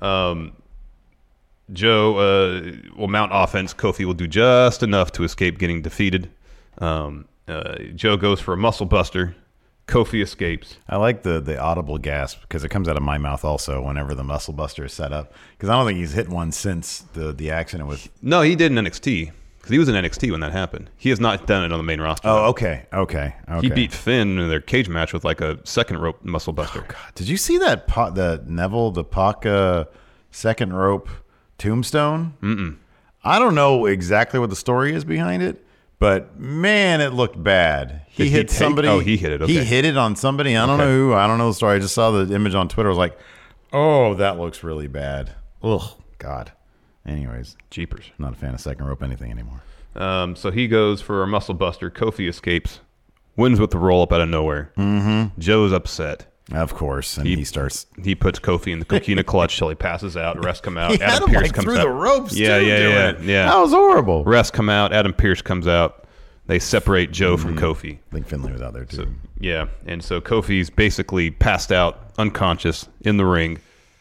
[SPEAKER 2] Um, Joe uh, will mount offense. Kofi will do just enough to escape getting defeated. Um, uh, Joe goes for a muscle buster. Kofi escapes.
[SPEAKER 1] I like the the audible gasp because it comes out of my mouth also whenever the muscle buster is set up because I don't think he's hit one since the the accident with.
[SPEAKER 2] No, he did in NXT because he was in NXT when that happened. He has not done it on the main roster.
[SPEAKER 1] Oh, okay, okay, okay.
[SPEAKER 2] He beat Finn in their cage match with like a second rope muscle buster.
[SPEAKER 1] Did you see that po- the Neville the Paca second rope tombstone? Mm-mm. I don't know exactly what the story is behind it, but man, it looked bad. He
[SPEAKER 2] Did he
[SPEAKER 1] hit
[SPEAKER 2] take-
[SPEAKER 1] somebody.
[SPEAKER 2] oh, he hit it,
[SPEAKER 1] He
[SPEAKER 2] okay.
[SPEAKER 1] hit it on somebody. I don't
[SPEAKER 2] Okay.
[SPEAKER 1] know who. I don't know the story. I just saw the image on Twitter. I was like, oh, that looks really bad. Ugh, God. Anyways,
[SPEAKER 2] Jeepers.
[SPEAKER 1] I'm not a fan of second rope anything anymore.
[SPEAKER 2] Um, so he goes for a muscle buster. Kofi escapes, wins with the roll up out of nowhere. Mm-hmm. Joe's upset.
[SPEAKER 1] Of course, and he, starts.
[SPEAKER 2] He puts Kofi in the coquina clutch till he passes out. Rest come out.
[SPEAKER 1] He had
[SPEAKER 2] Oh, Adam
[SPEAKER 1] him
[SPEAKER 2] Pierce
[SPEAKER 1] like
[SPEAKER 2] comes
[SPEAKER 1] through
[SPEAKER 2] out.
[SPEAKER 1] the ropes.
[SPEAKER 2] Yeah,
[SPEAKER 1] too,
[SPEAKER 2] yeah,
[SPEAKER 1] doing
[SPEAKER 2] yeah,
[SPEAKER 1] it.
[SPEAKER 2] yeah.
[SPEAKER 1] That was horrible.
[SPEAKER 2] Rest come out. Adam Pierce comes out. They separate Joe from
[SPEAKER 1] Mm-hmm.
[SPEAKER 2] Kofi.
[SPEAKER 1] I think Finley was out there too.
[SPEAKER 2] Yeah, and so Kofi's basically passed out, unconscious in the ring.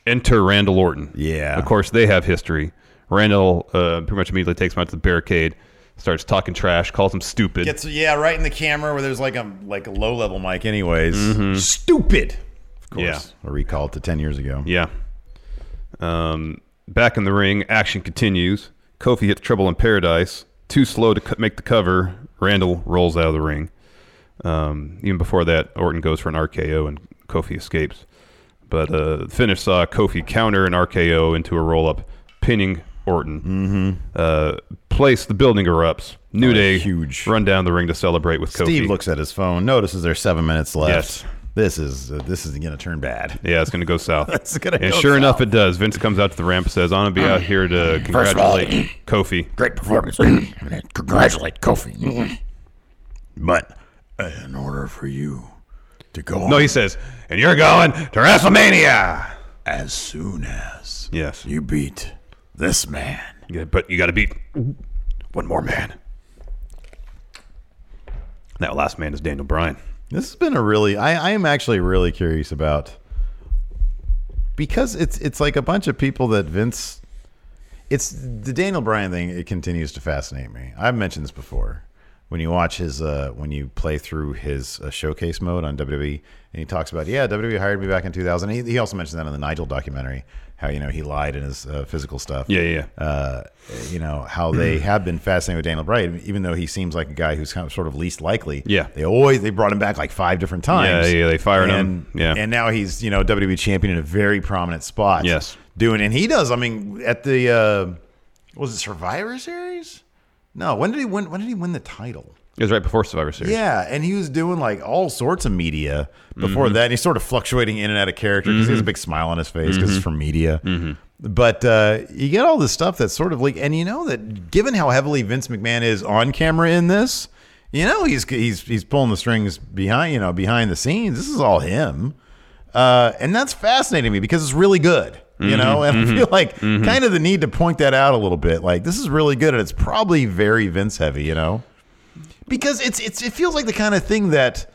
[SPEAKER 2] Enter Randall Orton.
[SPEAKER 1] Yeah.
[SPEAKER 2] of course they have history. Randall uh, pretty much immediately takes him out to the barricade, starts talking trash, calls him stupid.
[SPEAKER 1] Gets yeah, right in the camera where there's like a like a low level mic. Anyways,
[SPEAKER 2] Mm-hmm.
[SPEAKER 1] stupid. Of course,
[SPEAKER 2] Yeah.
[SPEAKER 1] a recall to ten years ago.
[SPEAKER 2] Yeah. Um, back in the ring, action continues. Kofi hits Trouble in Paradise. Too slow to co- make the cover. Randall rolls out of the ring. Um, even before that, Orton goes for an RKO and Kofi escapes. But uh, the finish saw Kofi counter an RKO into a roll up, pinning Orton. Mm-hmm. Uh, place the building erupts. New
[SPEAKER 1] Oh,
[SPEAKER 2] Day
[SPEAKER 1] huge.
[SPEAKER 2] run down the ring to celebrate with Kofi.
[SPEAKER 1] Steve looks at his phone, notices there's seven minutes left.
[SPEAKER 2] Yes.
[SPEAKER 1] this is uh, this is going to turn bad.
[SPEAKER 2] Yeah, it's going to go south.
[SPEAKER 1] it's gonna
[SPEAKER 2] and
[SPEAKER 1] go
[SPEAKER 2] sure enough,
[SPEAKER 1] south.
[SPEAKER 2] it does. Vince comes out to the ramp, says, "I'm gonna be out here to congratulate Kofi."
[SPEAKER 4] Great performance. Congratulate Kofi. but uh, in order for you to go
[SPEAKER 2] No,
[SPEAKER 4] on
[SPEAKER 2] he says, "And you're going to WrestleMania."
[SPEAKER 4] as soon as
[SPEAKER 2] Yes,
[SPEAKER 4] you beat this man,
[SPEAKER 2] Yeah, but you got to beat one more man. That last man is Daniel Bryan.
[SPEAKER 1] This has been a really I, I am actually really curious about because it's it's like a bunch of people that Vince it's the Daniel Bryan thing it continues to fascinate me. I've mentioned this before. When you watch his uh when you play through his uh, showcase mode on WWE and he talks about yeah, WWE hired me back in 2000. He, he also mentions that in the Nigel documentary how you know he lied in his uh, physical stuff.
[SPEAKER 2] Yeah, yeah, yeah.
[SPEAKER 1] Uh, you know how they
[SPEAKER 2] Mm.
[SPEAKER 1] have been fascinated with Daniel Bryan even though he seems like a guy who's kind of sort of least likely.
[SPEAKER 2] Yeah.
[SPEAKER 1] They always they brought him back like five different times.
[SPEAKER 2] Yeah, yeah, they
[SPEAKER 1] and,
[SPEAKER 2] fired him. Yeah.
[SPEAKER 1] and now he's you know WWE champion in a very prominent spot.
[SPEAKER 2] Yes.
[SPEAKER 1] doing and he does. I mean, at the uh, was it Survivor Series? No, when did he win? When did he win the title?
[SPEAKER 2] It was right before Survivor Series.
[SPEAKER 1] Yeah, and he was doing like all sorts of media before that. And he's sort of fluctuating in and out of character because he has a big smile on his face because it's from media. But uh, you get all this stuff that's sort of like, and you know that given how heavily Vince McMahon is on camera in this, you know he's he's he's pulling the strings behind you know behind the scenes. This is all him, uh, and that's fascinating to me because it's really good. You know, and I feel like kind of the need to point that out a little bit. Like this is really good, and it's probably very Vince heavy. You know because it's it's it feels like the kind of thing that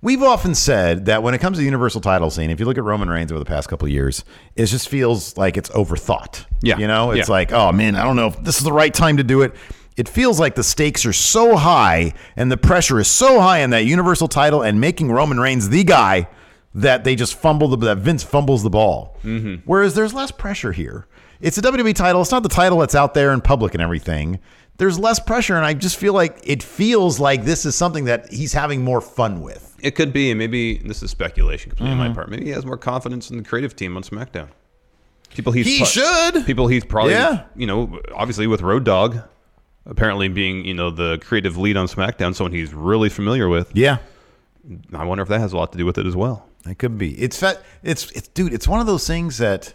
[SPEAKER 1] we've often said that when it comes to the universal title scene, if you look at Roman Reigns over the past couple of years, it just feels like it's overthought.
[SPEAKER 2] Yeah.
[SPEAKER 1] you know, it's
[SPEAKER 2] Yeah.
[SPEAKER 1] like, oh man, I don't know if this is the right time to do it. It feels like the stakes are so high and the pressure is so high in that universal title and making Roman Reigns the guy that they just fumble the that Vince fumbles the ball.
[SPEAKER 2] Mm-hmm.
[SPEAKER 1] Whereas there's less pressure here. It's a WWE title. It's not the title that's out there in public and everything. There's less pressure, and I just feel like it feels like this is something that he's having more fun with.
[SPEAKER 2] It could be, and maybe this is speculation completely
[SPEAKER 1] Mm-hmm.
[SPEAKER 2] on my part. Maybe he has more confidence in the creative team on SmackDown. People he's
[SPEAKER 1] He
[SPEAKER 2] pro-
[SPEAKER 1] should.
[SPEAKER 2] People he's probably
[SPEAKER 1] Yeah.
[SPEAKER 2] you know obviously with Road Dog, apparently being you know the creative lead on SmackDown, someone he's really familiar with.
[SPEAKER 1] Yeah,
[SPEAKER 2] I wonder if that has a lot to do with it as well.
[SPEAKER 1] It could be. It's fat. It's it's dude. It's one of those things that,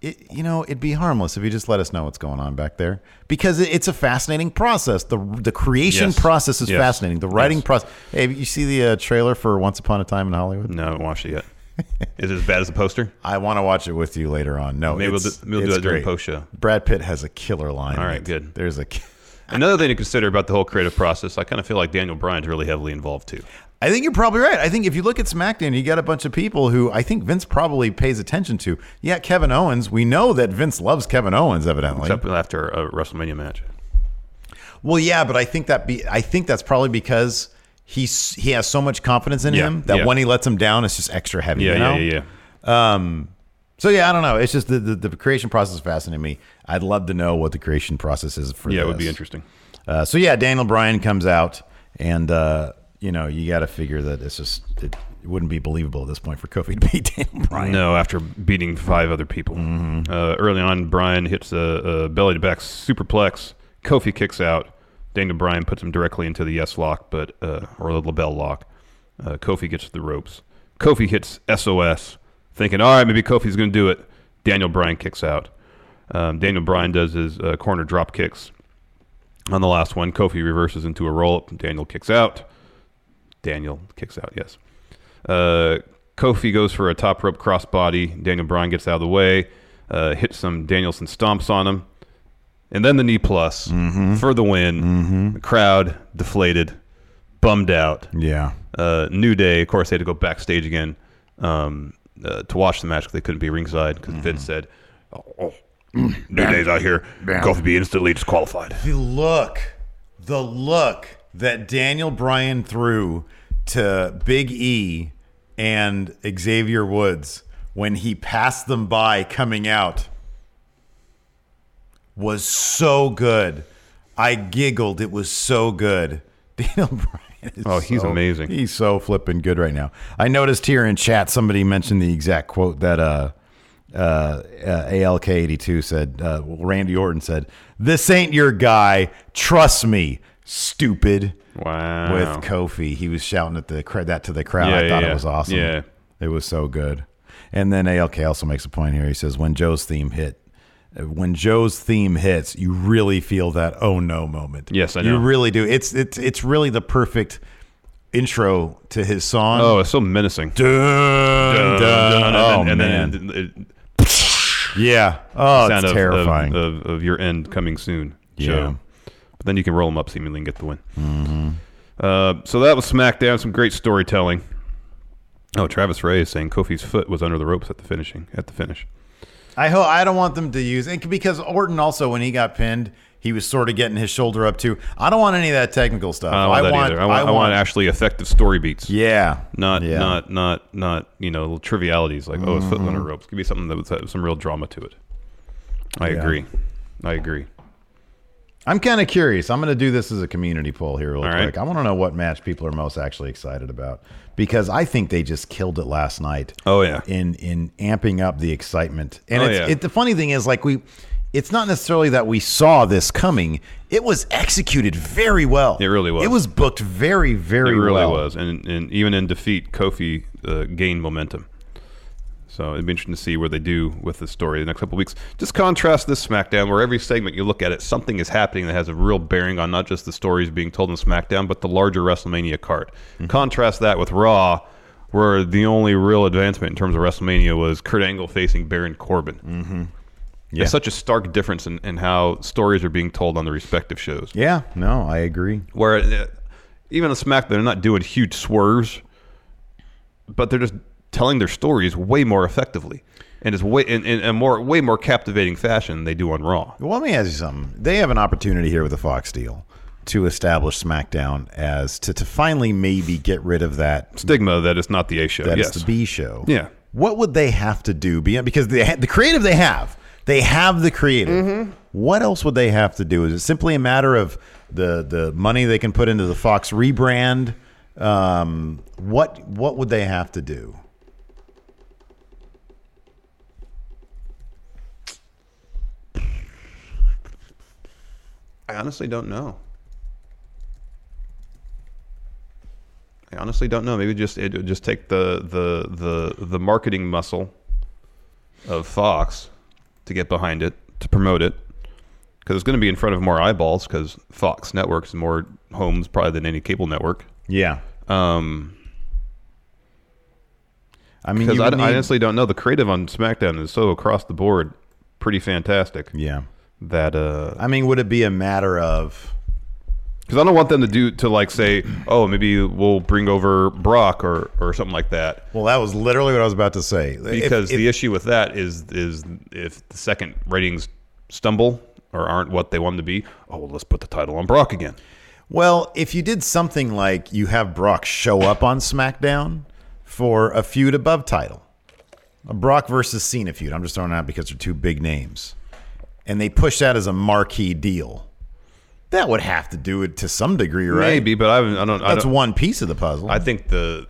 [SPEAKER 1] it you know, it'd be harmless if you just let us know what's going on back there because it, it's a fascinating process. the The creation
[SPEAKER 2] Yes.
[SPEAKER 1] process is
[SPEAKER 2] Yes.
[SPEAKER 1] fascinating. The writing
[SPEAKER 2] Yes.
[SPEAKER 1] process. Hey, you see the uh, trailer for Once Upon a Time in Hollywood?
[SPEAKER 2] No, I haven't watched it yet. Is it as bad as the poster?
[SPEAKER 1] I want to watch it with you later on. No,
[SPEAKER 2] Maybe we'll
[SPEAKER 1] it's-
[SPEAKER 2] do- we'll do
[SPEAKER 1] it's
[SPEAKER 2] that during
[SPEAKER 1] great.
[SPEAKER 2] post-show.
[SPEAKER 1] Brad Pitt has a killer line. in
[SPEAKER 2] All right,
[SPEAKER 1] it.
[SPEAKER 2] good.
[SPEAKER 1] There's a. ki-
[SPEAKER 2] Another thing to consider about the whole creative process, I kind of feel like Daniel Bryan's really heavily involved too.
[SPEAKER 1] I think you're probably right. I think if you look at SmackDown, you got a bunch of people who I think Vince probably pays attention to. Yeah, Kevin Owens. We know that Vince loves Kevin Owens, evidently.
[SPEAKER 2] Except after a WrestleMania match.
[SPEAKER 1] Well, yeah, but I think that be I think that's probably because he's he has so much confidence in
[SPEAKER 2] Yeah,
[SPEAKER 1] him that
[SPEAKER 2] yeah.
[SPEAKER 1] when he lets him down, it's just extra heavy.
[SPEAKER 2] Yeah,
[SPEAKER 1] you know?
[SPEAKER 2] yeah, yeah, yeah.
[SPEAKER 1] So yeah, I don't know. It's just the, the the creation process fascinating me. I'd love to know what the creation process is for.
[SPEAKER 2] Yeah, it would be
[SPEAKER 1] this.
[SPEAKER 2] interesting.
[SPEAKER 1] Uh, so yeah, Daniel Bryan comes out, and uh, you know you got to figure that it's just it, it wouldn't be believable at this point for Kofi to beat Daniel Bryan.
[SPEAKER 2] No, after beating five other people. Uh, early on, Bryan hits a, a belly to back superplex. Kofi kicks out. Daniel Bryan puts him directly into the yes lock, but uh, or the label lock. Uh, Kofi gets to the ropes. Kofi hits SOS, thinking, all right, maybe Kofi's going to do it. Daniel Bryan kicks out. Um, Daniel Bryan does his uh, corner drop kicks. On the last one, Kofi reverses into a roll up. Daniel kicks out. Daniel kicks out, yes. Uh, Kofi goes for a top rope crossbody. Daniel Bryan gets out of the way, uh, hits some Danielson stomps on him, and then the knee plus for the win. The crowd deflated, bummed out.
[SPEAKER 1] Yeah.
[SPEAKER 2] Uh, New Day, of course, they had to go backstage again um, uh, to watch the match 'cause they couldn't be ringside because Vince said, oh, oh, New Day's out here. Kofi be instantly disqualified.
[SPEAKER 1] The look, the look that Daniel Bryan threw to Big E and Xavier Woods when he passed them by coming out was so good. I giggled. It was so good. Daniel Bryan. Is
[SPEAKER 2] Oh, he's
[SPEAKER 1] so-
[SPEAKER 2] amazing.
[SPEAKER 1] He's so flipping good right now. I noticed here in chat somebody mentioned the exact quote that uh, uh, uh, ALK82 said, uh, well, Randy Orton said, This ain't your guy. Trust me. stupid.
[SPEAKER 2] Wow.
[SPEAKER 1] With Kofi, he was shouting at the cra- that to the crowd.
[SPEAKER 2] Yeah,
[SPEAKER 1] I thought
[SPEAKER 2] yeah.
[SPEAKER 1] it was awesome.
[SPEAKER 2] Yeah.
[SPEAKER 1] It was so good. And then ALK also makes a point here. He says when Joe's theme hit uh, when Joe's theme hits, you really feel that oh no moment.
[SPEAKER 2] Yes, I
[SPEAKER 1] You
[SPEAKER 2] know.
[SPEAKER 1] really do. It's it's it's really the perfect intro to his song.
[SPEAKER 2] Oh, it's so menacing.
[SPEAKER 1] Dun,
[SPEAKER 2] Dun,
[SPEAKER 1] dun.
[SPEAKER 2] dun,
[SPEAKER 1] Oh,
[SPEAKER 2] and then,
[SPEAKER 1] man.
[SPEAKER 2] And then it-
[SPEAKER 1] yeah. Oh,
[SPEAKER 2] sound
[SPEAKER 1] it's
[SPEAKER 2] of- of-
[SPEAKER 1] terrifying.
[SPEAKER 2] Of, of, your end coming soon.
[SPEAKER 1] Yeah. Mm-hmm.
[SPEAKER 2] show. But then you can roll them up seemingly and get the win. Uh, so that was SmackDown. Some great storytelling. Oh, Travis Ray is saying Kofi's foot was under the ropes at the finishing at the finish.
[SPEAKER 1] I hope I don't want them to use it because Orton also when he got pinned, he was sort of getting his shoulder up too. I don't want any of that technical stuff.
[SPEAKER 2] I don't want that either. I want, I want, actually effective story beats.
[SPEAKER 1] Yeah.
[SPEAKER 2] Not
[SPEAKER 1] Yeah.
[SPEAKER 2] not not not you know little trivialities like oh his foot was
[SPEAKER 1] Mm-hmm.
[SPEAKER 2] under ropes. Give me something that was that was some real drama to it. I
[SPEAKER 1] Yeah.
[SPEAKER 2] agree. I agree.
[SPEAKER 1] I'm kind of curious. I'm going to do this as a community poll here, real
[SPEAKER 2] All
[SPEAKER 1] quick.
[SPEAKER 2] right.
[SPEAKER 1] I want to know what match people are most actually excited about because I think they just killed it last night.
[SPEAKER 2] Oh, yeah.
[SPEAKER 1] in in amping up the excitement. And
[SPEAKER 2] Oh,
[SPEAKER 1] it's,
[SPEAKER 2] yeah.
[SPEAKER 1] it, the funny thing is, like we, it's not necessarily that we saw this coming. It was executed very well.
[SPEAKER 2] It really was.
[SPEAKER 1] It was booked very, very
[SPEAKER 2] it really
[SPEAKER 1] well.
[SPEAKER 2] was, and and even in defeat, Kofi uh, gained momentum. So it'd be interesting to see where they do with the story the next couple of weeks. Just contrast this SmackDown, where every segment you look at it, something is happening that has a real bearing on not just the stories being told in SmackDown, but the larger WrestleMania card.
[SPEAKER 1] Mm-hmm.
[SPEAKER 2] Contrast that with Raw, where the only real advancement in terms of WrestleMania was Kurt Angle facing Baron Corbin. Mm-hmm.
[SPEAKER 1] Yeah.
[SPEAKER 2] It's such a stark difference in, in how stories are being told on the respective shows
[SPEAKER 1] Yeah. No, I agree.
[SPEAKER 2] where uh, even on SmackDown, they're not doing huge swerves, but they're just telling their stories way more effectively, and it's way in, in a more way more captivating fashion than they do on Raw.
[SPEAKER 1] Well, let me ask you something. They have an opportunity here with the Fox deal to establish SmackDown as to to finally maybe get rid of that
[SPEAKER 2] Stigma that it's not the A show.
[SPEAKER 1] That is
[SPEAKER 2] yes,
[SPEAKER 1] the B show.
[SPEAKER 2] Yeah.
[SPEAKER 1] What would they have to do? be- Because they ha- the creative they have, they have the creative.
[SPEAKER 2] Mm-hmm.
[SPEAKER 1] What else would they have to do? Is it simply a matter of the the money they can put into the Fox rebrand? Um, what what would they have to do?
[SPEAKER 2] I honestly don't know. I honestly don't know. Maybe just it would just take the the the the marketing muscle of Fox to get behind it to promote it because it's going to be in front of more eyeballs because Fox Networks in more homes probably than any cable network.
[SPEAKER 1] Yeah.
[SPEAKER 2] Um,
[SPEAKER 1] I mean,
[SPEAKER 2] because
[SPEAKER 1] you
[SPEAKER 2] I,
[SPEAKER 1] would
[SPEAKER 2] I
[SPEAKER 1] need-
[SPEAKER 2] honestly don't know. The creative on SmackDown is so across the board pretty fantastic
[SPEAKER 1] yeah.
[SPEAKER 2] that uh,
[SPEAKER 1] I mean, would it be a matter of
[SPEAKER 2] because I don't want them to do to like say, oh, maybe we'll bring over Brock or or something like that.
[SPEAKER 1] well, that was literally what I was about to say. If-
[SPEAKER 2] Because
[SPEAKER 1] if-
[SPEAKER 2] the issue with that is is if the second ratings stumble or aren't what they want them to be, oh, well, let's put the title on Brock again.
[SPEAKER 1] Well, if you did something like you have Brock show up on SmackDown for a feud above title, a Brock versus Cena feud, I'm just throwing it out because they're two big names, and they push that as a marquee deal, that would have to do it to some degree, right?
[SPEAKER 2] Maybe, but I, haven't- I don't. I
[SPEAKER 1] That's
[SPEAKER 2] don't-
[SPEAKER 1] one piece of the puzzle.
[SPEAKER 2] I think the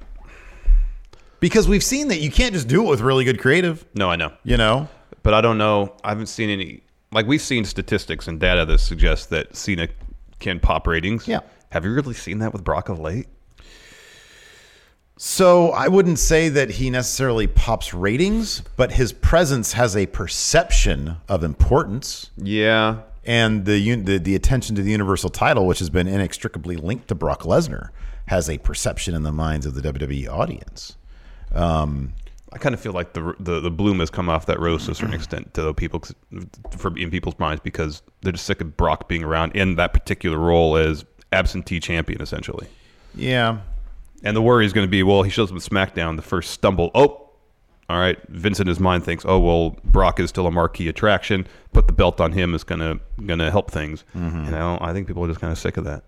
[SPEAKER 1] because we've seen that you can't just do it with really good creative,
[SPEAKER 2] no, I know.
[SPEAKER 1] you know?
[SPEAKER 2] but I don't know. I haven't seen any. Like we've seen statistics and data that suggest that Cena can pop ratings.
[SPEAKER 1] Yeah.
[SPEAKER 2] Have you really seen that with Brock of late?
[SPEAKER 1] So I wouldn't say that he necessarily pops ratings, but his presence has a perception of importance.
[SPEAKER 2] Yeah.
[SPEAKER 1] and the, un- the the attention to the universal title, which has been inextricably linked to Brock Lesnar, has a perception in the minds of the WWE audience.
[SPEAKER 2] I kind of feel like the, the the bloom has come off that rose to a certain extent to the people for in people's minds because they're just sick of Brock being around in that particular role as absentee champion essentially.
[SPEAKER 1] Yeah,
[SPEAKER 2] And the worry is going to be, well, he shows up with SmackDown, the first stumble. Oh, all right. Vincent, his mind thinks, oh, well, Brock is still a marquee attraction. Put the belt on him is going to going to help things. And I, don't, I think people are just kind of sick of that.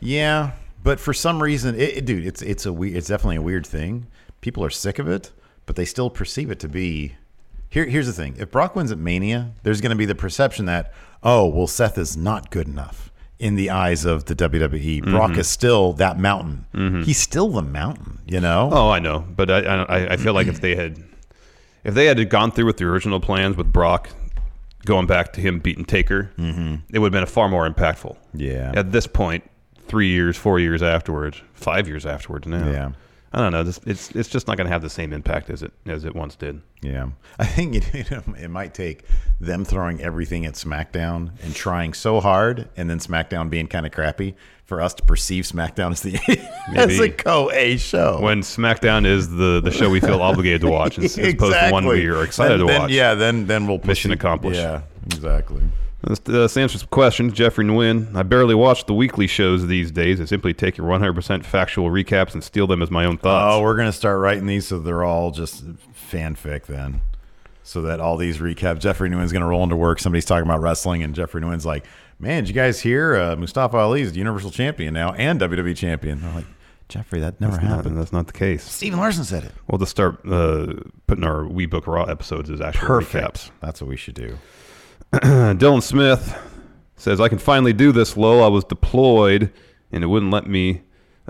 [SPEAKER 1] yeah, but for some reason, it, it- dude, it's it's a we- it's definitely a weird thing. People are sick of it, but they still perceive it to be. Here, here's the thing: if Brock wins at Mania, there's going to be the perception that oh, well, Seth is not good enough in the eyes of the WWE. Brock is still that mountain. He's still the mountain, you know.
[SPEAKER 2] Oh, I know, but I, I I I feel like if they had if they had gone through with the original plans with Brock going back to him beating Taker,
[SPEAKER 1] Mm-hmm.
[SPEAKER 2] it would have been far more impactful.
[SPEAKER 1] Yeah.
[SPEAKER 2] At this point, three years, four years afterwards, five years afterwards now.
[SPEAKER 1] Yeah.
[SPEAKER 2] I don't know. This, it's it's just not going to have the same impact as it as it once did.
[SPEAKER 1] Yeah, I think it, it might take them throwing everything at SmackDown and trying so hard, and then SmackDown being kind of crappy for us to perceive SmackDown as the as a
[SPEAKER 2] Maybe.
[SPEAKER 1] co A show.
[SPEAKER 2] When SmackDown is the, the show we feel obligated to watch, as, as opposed to one
[SPEAKER 1] Exactly.
[SPEAKER 2] we are excited
[SPEAKER 1] Then-
[SPEAKER 2] to
[SPEAKER 1] then-
[SPEAKER 2] watch.
[SPEAKER 1] yeah, then then we'll
[SPEAKER 2] Mission accomplished.
[SPEAKER 1] Yeah, exactly.
[SPEAKER 2] Let's, uh, let's answer some questions. Jeffrey Nguyen. I barely watch the weekly shows these days. I simply take your 100% factual recaps and steal them as my own thoughts.
[SPEAKER 1] Oh, we're gonna start writing these so they're all just fanfic then. So that all these recaps, Jeffrey Nguyen's gonna roll into work. Somebody's talking about wrestling, and Jeffrey Nguyen's like, "Man, did you guys hear? Uh, Mustafa Ali is the Universal Champion now and WWE Champion." I'm like, Jeffrey, that never
[SPEAKER 2] that's
[SPEAKER 1] happened.
[SPEAKER 2] Not, that's not the case.
[SPEAKER 1] Stephen Larson said it.
[SPEAKER 2] We'll just start uh, putting our We Book Raw episodes as actual
[SPEAKER 1] Perfect. That's what we should do.
[SPEAKER 2] recaps. Dylan Smith says, I can finally do this, lol. I was deployed and it wouldn't let me.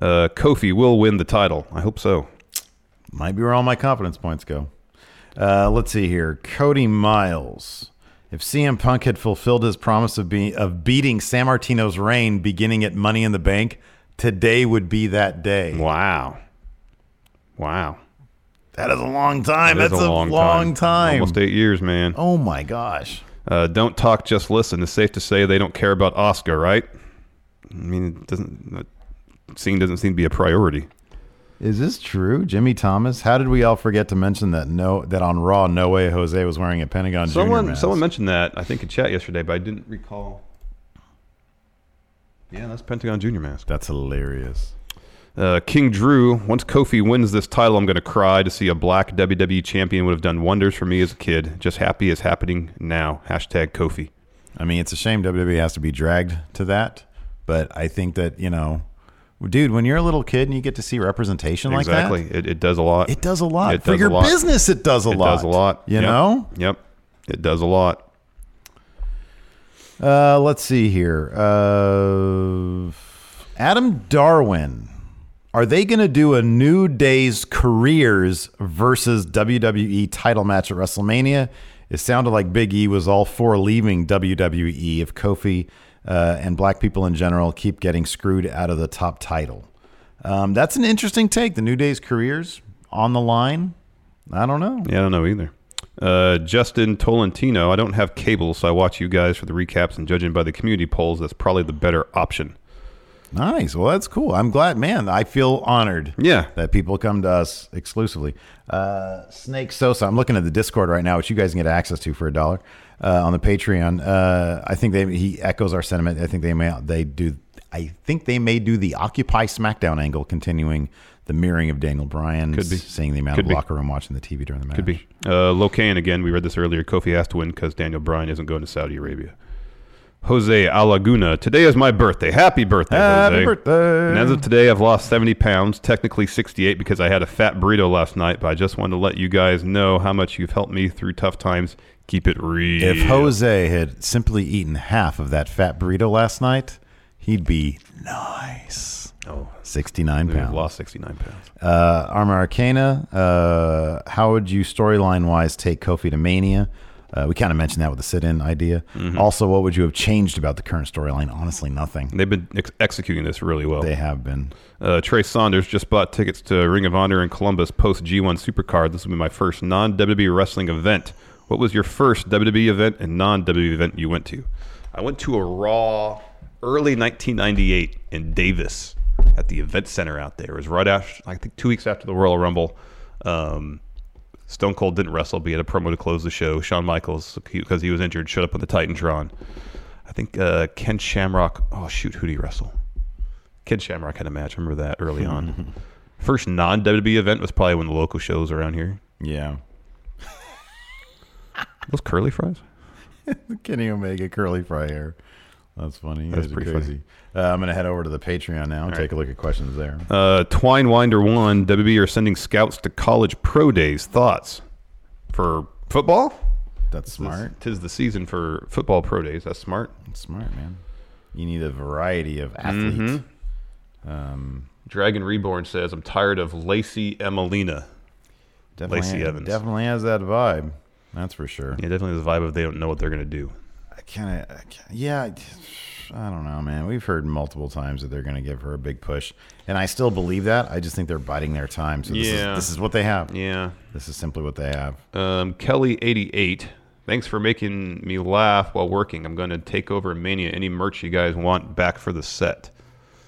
[SPEAKER 2] Uh, Kofi will win the title. I hope so.
[SPEAKER 1] Might be where all my confidence points go. Uh, let's see here. Cody Miles. If CM Punk had fulfilled his promise of being of beating San Martino's reign beginning at Money in the Bank, today would be that day.
[SPEAKER 2] Wow. Wow.
[SPEAKER 1] That is a long time.
[SPEAKER 2] That is
[SPEAKER 1] That's a long, time.
[SPEAKER 2] Almost eight years, man.
[SPEAKER 1] Oh my gosh.
[SPEAKER 2] Uh, don't talk, just listen. It's safe to say they don't care about Oscar, right? I mean, it doesn't that scene doesn't seem to be a priority.
[SPEAKER 1] Is this true, Jimmy Thomas? How did we all forget to mention that no that on Raw No Way Jose was wearing a Pentagon Junior
[SPEAKER 2] Someone
[SPEAKER 1] mask?
[SPEAKER 2] someone mentioned that I think in chat yesterday, but I didn't recall. Yeah, that's Pentagon Junior mask.
[SPEAKER 1] That's hilarious.
[SPEAKER 2] Uh, King Drew. Once Kofi wins this title, I'm going to cry to see a black WWE champion would have done wonders for me as a kid. Just happy is happening now. Hashtag Kofi.
[SPEAKER 1] I mean, it's a shame WWE has to be dragged to that, but I think that you know, dude, when you're a little kid and you get to see representation
[SPEAKER 2] exactly.
[SPEAKER 1] like
[SPEAKER 2] It, it does a lot.
[SPEAKER 1] that, it does a lot
[SPEAKER 2] It
[SPEAKER 1] for
[SPEAKER 2] does a
[SPEAKER 1] your
[SPEAKER 2] lot.
[SPEAKER 1] business. It does a
[SPEAKER 2] it
[SPEAKER 1] lot.
[SPEAKER 2] does a lot.
[SPEAKER 1] You
[SPEAKER 2] Yep.
[SPEAKER 1] know.
[SPEAKER 2] Yep. It does a lot.
[SPEAKER 1] Uh, let's see here. Uh, Adam Darwin. Are they going to do a New Day's careers versus WWE title match at WrestleMania? It sounded like Big E was all for leaving WWE if Kofi uh, and black people in general keep getting screwed out of the top title. Um, that's an interesting take. The New Day's careers on the line. I don't know.
[SPEAKER 2] Yeah, I don't know either. Uh, Justin Tolentino, I don't have cable, so I watch you guys for the recaps, and judging by the community polls, that's probably the better option.
[SPEAKER 1] Nice. Well, that's cool. I'm glad, man. I feel honored.
[SPEAKER 2] Yeah.
[SPEAKER 1] that people come to us exclusively. Uh, Snake Sosa, I'm looking at the Discord right now, which you guys can get access to for a dollar uh, on the Patreon. Uh, I think they he echoes our sentiment. I think they may they do. I think they may do the Occupy SmackDown angle, continuing the mirroring of Daniel Bryan.
[SPEAKER 2] Could be.
[SPEAKER 1] seeing the amount
[SPEAKER 2] Could
[SPEAKER 1] of
[SPEAKER 2] be.
[SPEAKER 1] locker room watching the TV during the match.
[SPEAKER 2] Could be. Uh, Locan, again, we read this earlier. Kofi has to win because Daniel Bryan isn't going to Saudi Arabia. Jose Alaguna, today is my birthday. Happy birthday,
[SPEAKER 1] Happy
[SPEAKER 2] Jose.
[SPEAKER 1] birthday.
[SPEAKER 2] And as of today, I've lost 70 pounds, technically 68 because I had a fat burrito last night, but I just wanted to let you guys know how much you've helped me through tough times. Keep it real.
[SPEAKER 1] If Jose had simply eaten half of that fat burrito last night, he'd be nice.
[SPEAKER 2] Oh,
[SPEAKER 1] 69
[SPEAKER 2] we've
[SPEAKER 1] pounds.
[SPEAKER 2] lost 69 pounds.
[SPEAKER 1] Uh, Armor Arcana, uh, how would you storyline wise take Kofi to Mania? Uh, we kind of mentioned that with the sit in idea.
[SPEAKER 2] Mm-hmm.
[SPEAKER 1] Also, what would you have changed about the current storyline? Honestly, nothing.
[SPEAKER 2] They've been ex- executing this really well.
[SPEAKER 1] They have been.
[SPEAKER 2] Uh, Trey Saunders just bought tickets to Ring of Honor in Columbus post G1 Supercard. This will be my first non WWE wrestling event. What was your first WWE event and non WWE event you went to? I went to a Raw early 1998 in Davis at the event center out there. It was right after, I think, two weeks after the Royal Rumble. Um, Stone Cold didn't wrestle, but he had a promo to close the show. Shawn Michaels, because he was injured, showed up on the Titantron. I think uh, Ken Shamrock. Oh shoot, who did he wrestle? Ken Shamrock had a match. I remember that early on. First non WWE event was probably when the local shows around here.
[SPEAKER 1] Yeah.
[SPEAKER 2] Those curly fries.
[SPEAKER 1] Kenny Omega curly fry hair. That's funny. You
[SPEAKER 2] That's
[SPEAKER 1] guys are
[SPEAKER 2] pretty funny.
[SPEAKER 1] Uh, I'm going to head over to the Patreon now and take a look at questions there.
[SPEAKER 2] Uh, Twine Winder one. WWE are sending scouts to college pro days. Thoughts for football?
[SPEAKER 1] That's smart.
[SPEAKER 2] Tis the season for football pro days. That's smart.
[SPEAKER 1] That's smart, man. You need a variety of athletes.
[SPEAKER 2] Mm-hmm.
[SPEAKER 1] Um,
[SPEAKER 2] Dragon Reborn says, "I'm tired of Lacey Emelina."
[SPEAKER 1] definitely,
[SPEAKER 2] Lacey Evans.
[SPEAKER 1] Definitely has that vibe. That's for sure.
[SPEAKER 2] Yeah, definitely the vibe of they don't know what they're gonna do.
[SPEAKER 1] I kind of, yeah, I- I don't know, man. We've heard multiple times that they're going to give her a big push, and I still believe that. I just think they're biding their time. So this,
[SPEAKER 2] Yeah.
[SPEAKER 1] is, this is what they have.
[SPEAKER 2] Yeah.
[SPEAKER 1] This is simply what they have.
[SPEAKER 2] Um, Kelly eighty eight. Thanks for making me laugh while working. I'm gonna take over Mania. Any merch you guys want back for the set?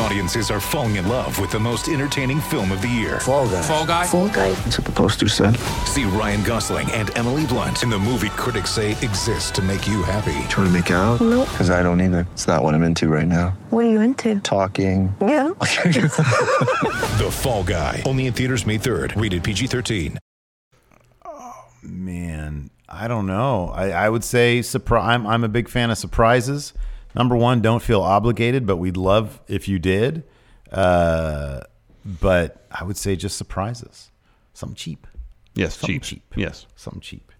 [SPEAKER 5] Audiences are falling in love with the most entertaining film of the year. Fall Guy.
[SPEAKER 6] Fall Guy. Fall Guy.
[SPEAKER 5] That's what the poster said. See Ryan Gosling and Emily Blunt in the movie critics say exists to make you happy.
[SPEAKER 7] Trying to make it out?
[SPEAKER 6] Nope.
[SPEAKER 7] Because I don't either. It's not what I'm into right now.
[SPEAKER 6] What are you into?
[SPEAKER 7] Talking.
[SPEAKER 6] Yeah.
[SPEAKER 5] The Fall Guy. Only in theaters May 3rd. Rated PG 13.
[SPEAKER 1] Oh, Man, I don't know. I, I would say surprise. I'm, I'm a big fan of surprises. Number one, don't feel obligated, but we'd love if you did. Uh, but I would say just surprises. Something cheap.
[SPEAKER 2] Yes,
[SPEAKER 1] Something
[SPEAKER 2] cheap. Yes,
[SPEAKER 1] something cheap.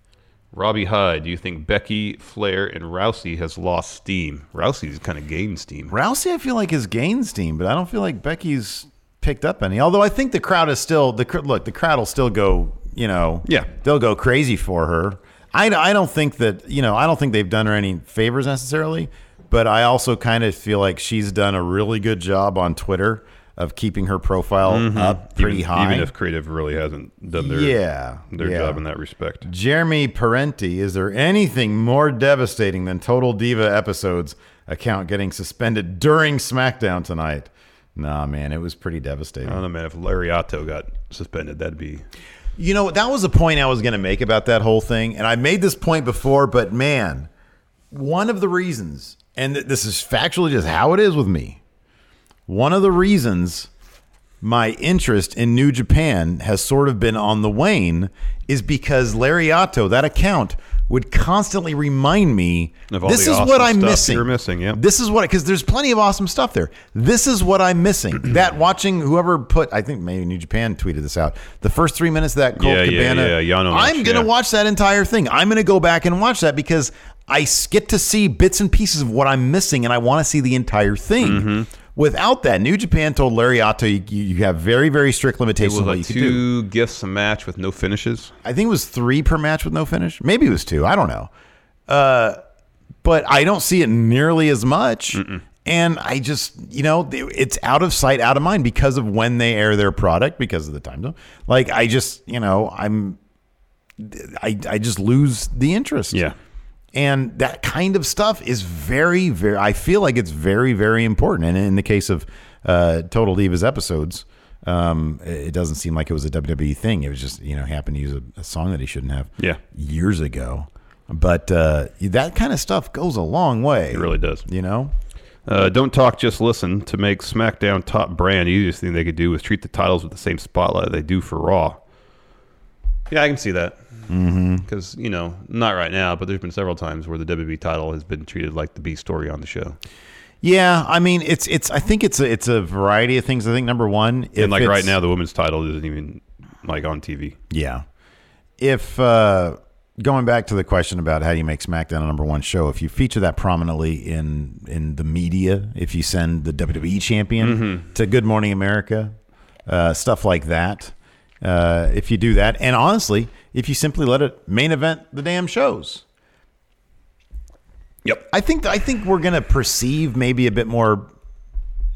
[SPEAKER 2] Robbie Hyde, do you think Becky, Flair, and Rousey has lost steam? Rousey's kind of gained steam.
[SPEAKER 1] Rousey, I feel like has gained steam, but I don't feel like Becky's picked up any. Although I think the crowd is still the cr- look. The crowd will still go. You know, yeah, they'll go crazy for her. I, I don't think that you know I don't think they've done her any favors necessarily, but I also kind of feel like she's done a really good job on Twitter of keeping her profile
[SPEAKER 2] Mhm.
[SPEAKER 1] up pretty
[SPEAKER 2] even,
[SPEAKER 1] high.
[SPEAKER 2] Even if creative really hasn't done their
[SPEAKER 1] Yeah,
[SPEAKER 2] their
[SPEAKER 1] yeah.
[SPEAKER 2] job in that respect.
[SPEAKER 1] Jeremy Parenti, is there anything more devastating than Total Diva episodes account getting suspended during SmackDown tonight? Nah, man, it was pretty devastating.
[SPEAKER 2] I don't know, man. If Lariato got suspended, that'd be
[SPEAKER 1] You know, that was a point I was going to make about that whole thing. And I made this point before, but man, one of the reasons, and th- this is factually just how it is with me, one of the reasons my interest in New Japan has sort of been on the wane is because Lariato, that account, would constantly remind me
[SPEAKER 2] Of all
[SPEAKER 1] this
[SPEAKER 2] the
[SPEAKER 1] is
[SPEAKER 2] awesome
[SPEAKER 1] what I'm
[SPEAKER 2] stuff
[SPEAKER 1] missing.
[SPEAKER 2] you're missing, yeah.
[SPEAKER 1] This is what because there's plenty of awesome stuff there. This is what I'm missing. that watching whoever put I think maybe New Japan tweeted this out. The first three minutes of that Colt
[SPEAKER 2] Yeah, yeah,
[SPEAKER 1] Cabana.
[SPEAKER 2] yeah, Yano match,
[SPEAKER 1] I'm gonna
[SPEAKER 2] yeah.
[SPEAKER 1] watch that entire thing. I'm gonna go back and watch that because I s- get to see bits and pieces of what I'm missing, and I want to see the entire thing.
[SPEAKER 2] Mm-hmm.
[SPEAKER 1] Without that, New Japan told Lariato you, you you have very very strict
[SPEAKER 2] it
[SPEAKER 1] limitations
[SPEAKER 2] was
[SPEAKER 1] on what
[SPEAKER 2] like
[SPEAKER 1] you can do.
[SPEAKER 2] two gifts a match with no finishes.
[SPEAKER 1] I think it was three per match with no finish. Maybe it was two. I don't know. Uh, but I don't see it nearly as much. And I just, you know, it's out of sight, out of mind because of when they air their product, because of the time zone. Like, I just, you know, I'm, I, I just lose the interest. Yeah. And that kind of stuff is very, very, I feel like it's very, very important. And in the case of uh, Total Divas episodes, um, it it doesn't seem like it was a WWE thing. It was just, you know, happened to use a, a song that he shouldn't have
[SPEAKER 2] Yeah.
[SPEAKER 1] years ago. But uh, that kind of stuff goes a long way. It
[SPEAKER 2] really does.
[SPEAKER 1] You know?
[SPEAKER 2] Uh, don't talk, just listen. To make SmackDown top brand, the easiest thing they could do was treat the titles with the same spotlight they do for Raw. Mm-hmm. Yeah, I can see that. Because, you know, not right now, but there's been several times where the WWE title has been treated like the B story on the show.
[SPEAKER 1] Yeah, I mean, it's it's. I think it's a, it's a variety of things. I think number one, if
[SPEAKER 2] and, like, right
[SPEAKER 1] it's-
[SPEAKER 2] now, the women's title isn't even, like, on TV.
[SPEAKER 1] Yeah. If uh, going back to the question about how do you make SmackDown a number one show, if you feature that prominently in in the media, if you send the WWE champion to Good Morning America, uh, stuff like that, uh, if you do that, and honestly, if you simply let it main event the damn shows.
[SPEAKER 2] Yep.
[SPEAKER 1] I think I think we're gonna perceive maybe a bit more.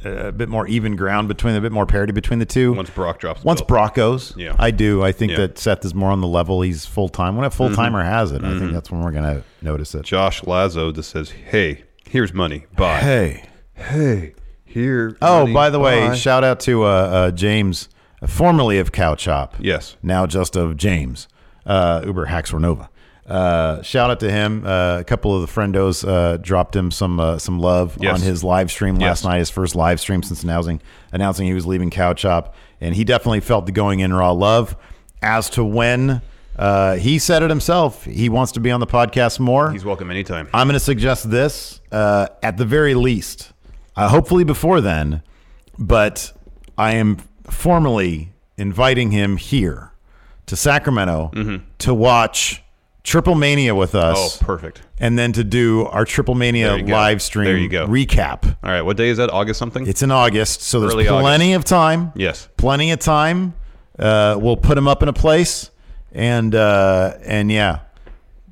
[SPEAKER 1] A bit more even ground between a bit more parity between the two.
[SPEAKER 2] Once Brock drops the
[SPEAKER 1] once
[SPEAKER 2] belt.
[SPEAKER 1] Brock goes,
[SPEAKER 2] Yeah.
[SPEAKER 1] I do. I think
[SPEAKER 2] Yeah. Mm-hmm.
[SPEAKER 1] that Seth is more on the level. He's full time. When a full timer has it, I think
[SPEAKER 2] Mhm.
[SPEAKER 1] that's when we're gonna notice it.
[SPEAKER 2] Josh Lazo just says, hey, here's money. Bye.
[SPEAKER 1] Hey.
[SPEAKER 2] Hey. Here.
[SPEAKER 1] Oh,
[SPEAKER 2] money,
[SPEAKER 1] by the way,
[SPEAKER 2] bye.
[SPEAKER 1] shout out to uh, uh, James, formerly of Cow Chop,
[SPEAKER 2] Yes.
[SPEAKER 1] now just of James uh, Uber Hacks Renova. Uh, shout out to him. Uh, a couple of the friendos uh, dropped him some uh, some love
[SPEAKER 8] Yes.
[SPEAKER 1] on his live stream
[SPEAKER 8] Yes.
[SPEAKER 1] last night. His first live stream since announcing announcing he was leaving Cow Chop, and he definitely felt the going in raw love. As to when, uh, he said it himself. He wants to be on the podcast more.
[SPEAKER 2] He's welcome anytime.
[SPEAKER 1] I'm going to suggest this uh, at the very least, uh, hopefully before then, but I am formally inviting him here to Sacramento to watch Triple Mania with us.
[SPEAKER 2] Mm-hmm. Oh, perfect.
[SPEAKER 1] And then to do our Triple Mania
[SPEAKER 2] There you go.
[SPEAKER 1] live stream
[SPEAKER 2] There you go.
[SPEAKER 1] recap.
[SPEAKER 2] All right, what day is that? August something?
[SPEAKER 1] It's in August, so there's
[SPEAKER 2] Early August.
[SPEAKER 1] plenty of time.
[SPEAKER 2] Yes.
[SPEAKER 1] Plenty of time. Uh, we'll put him up in a place and uh, and yeah,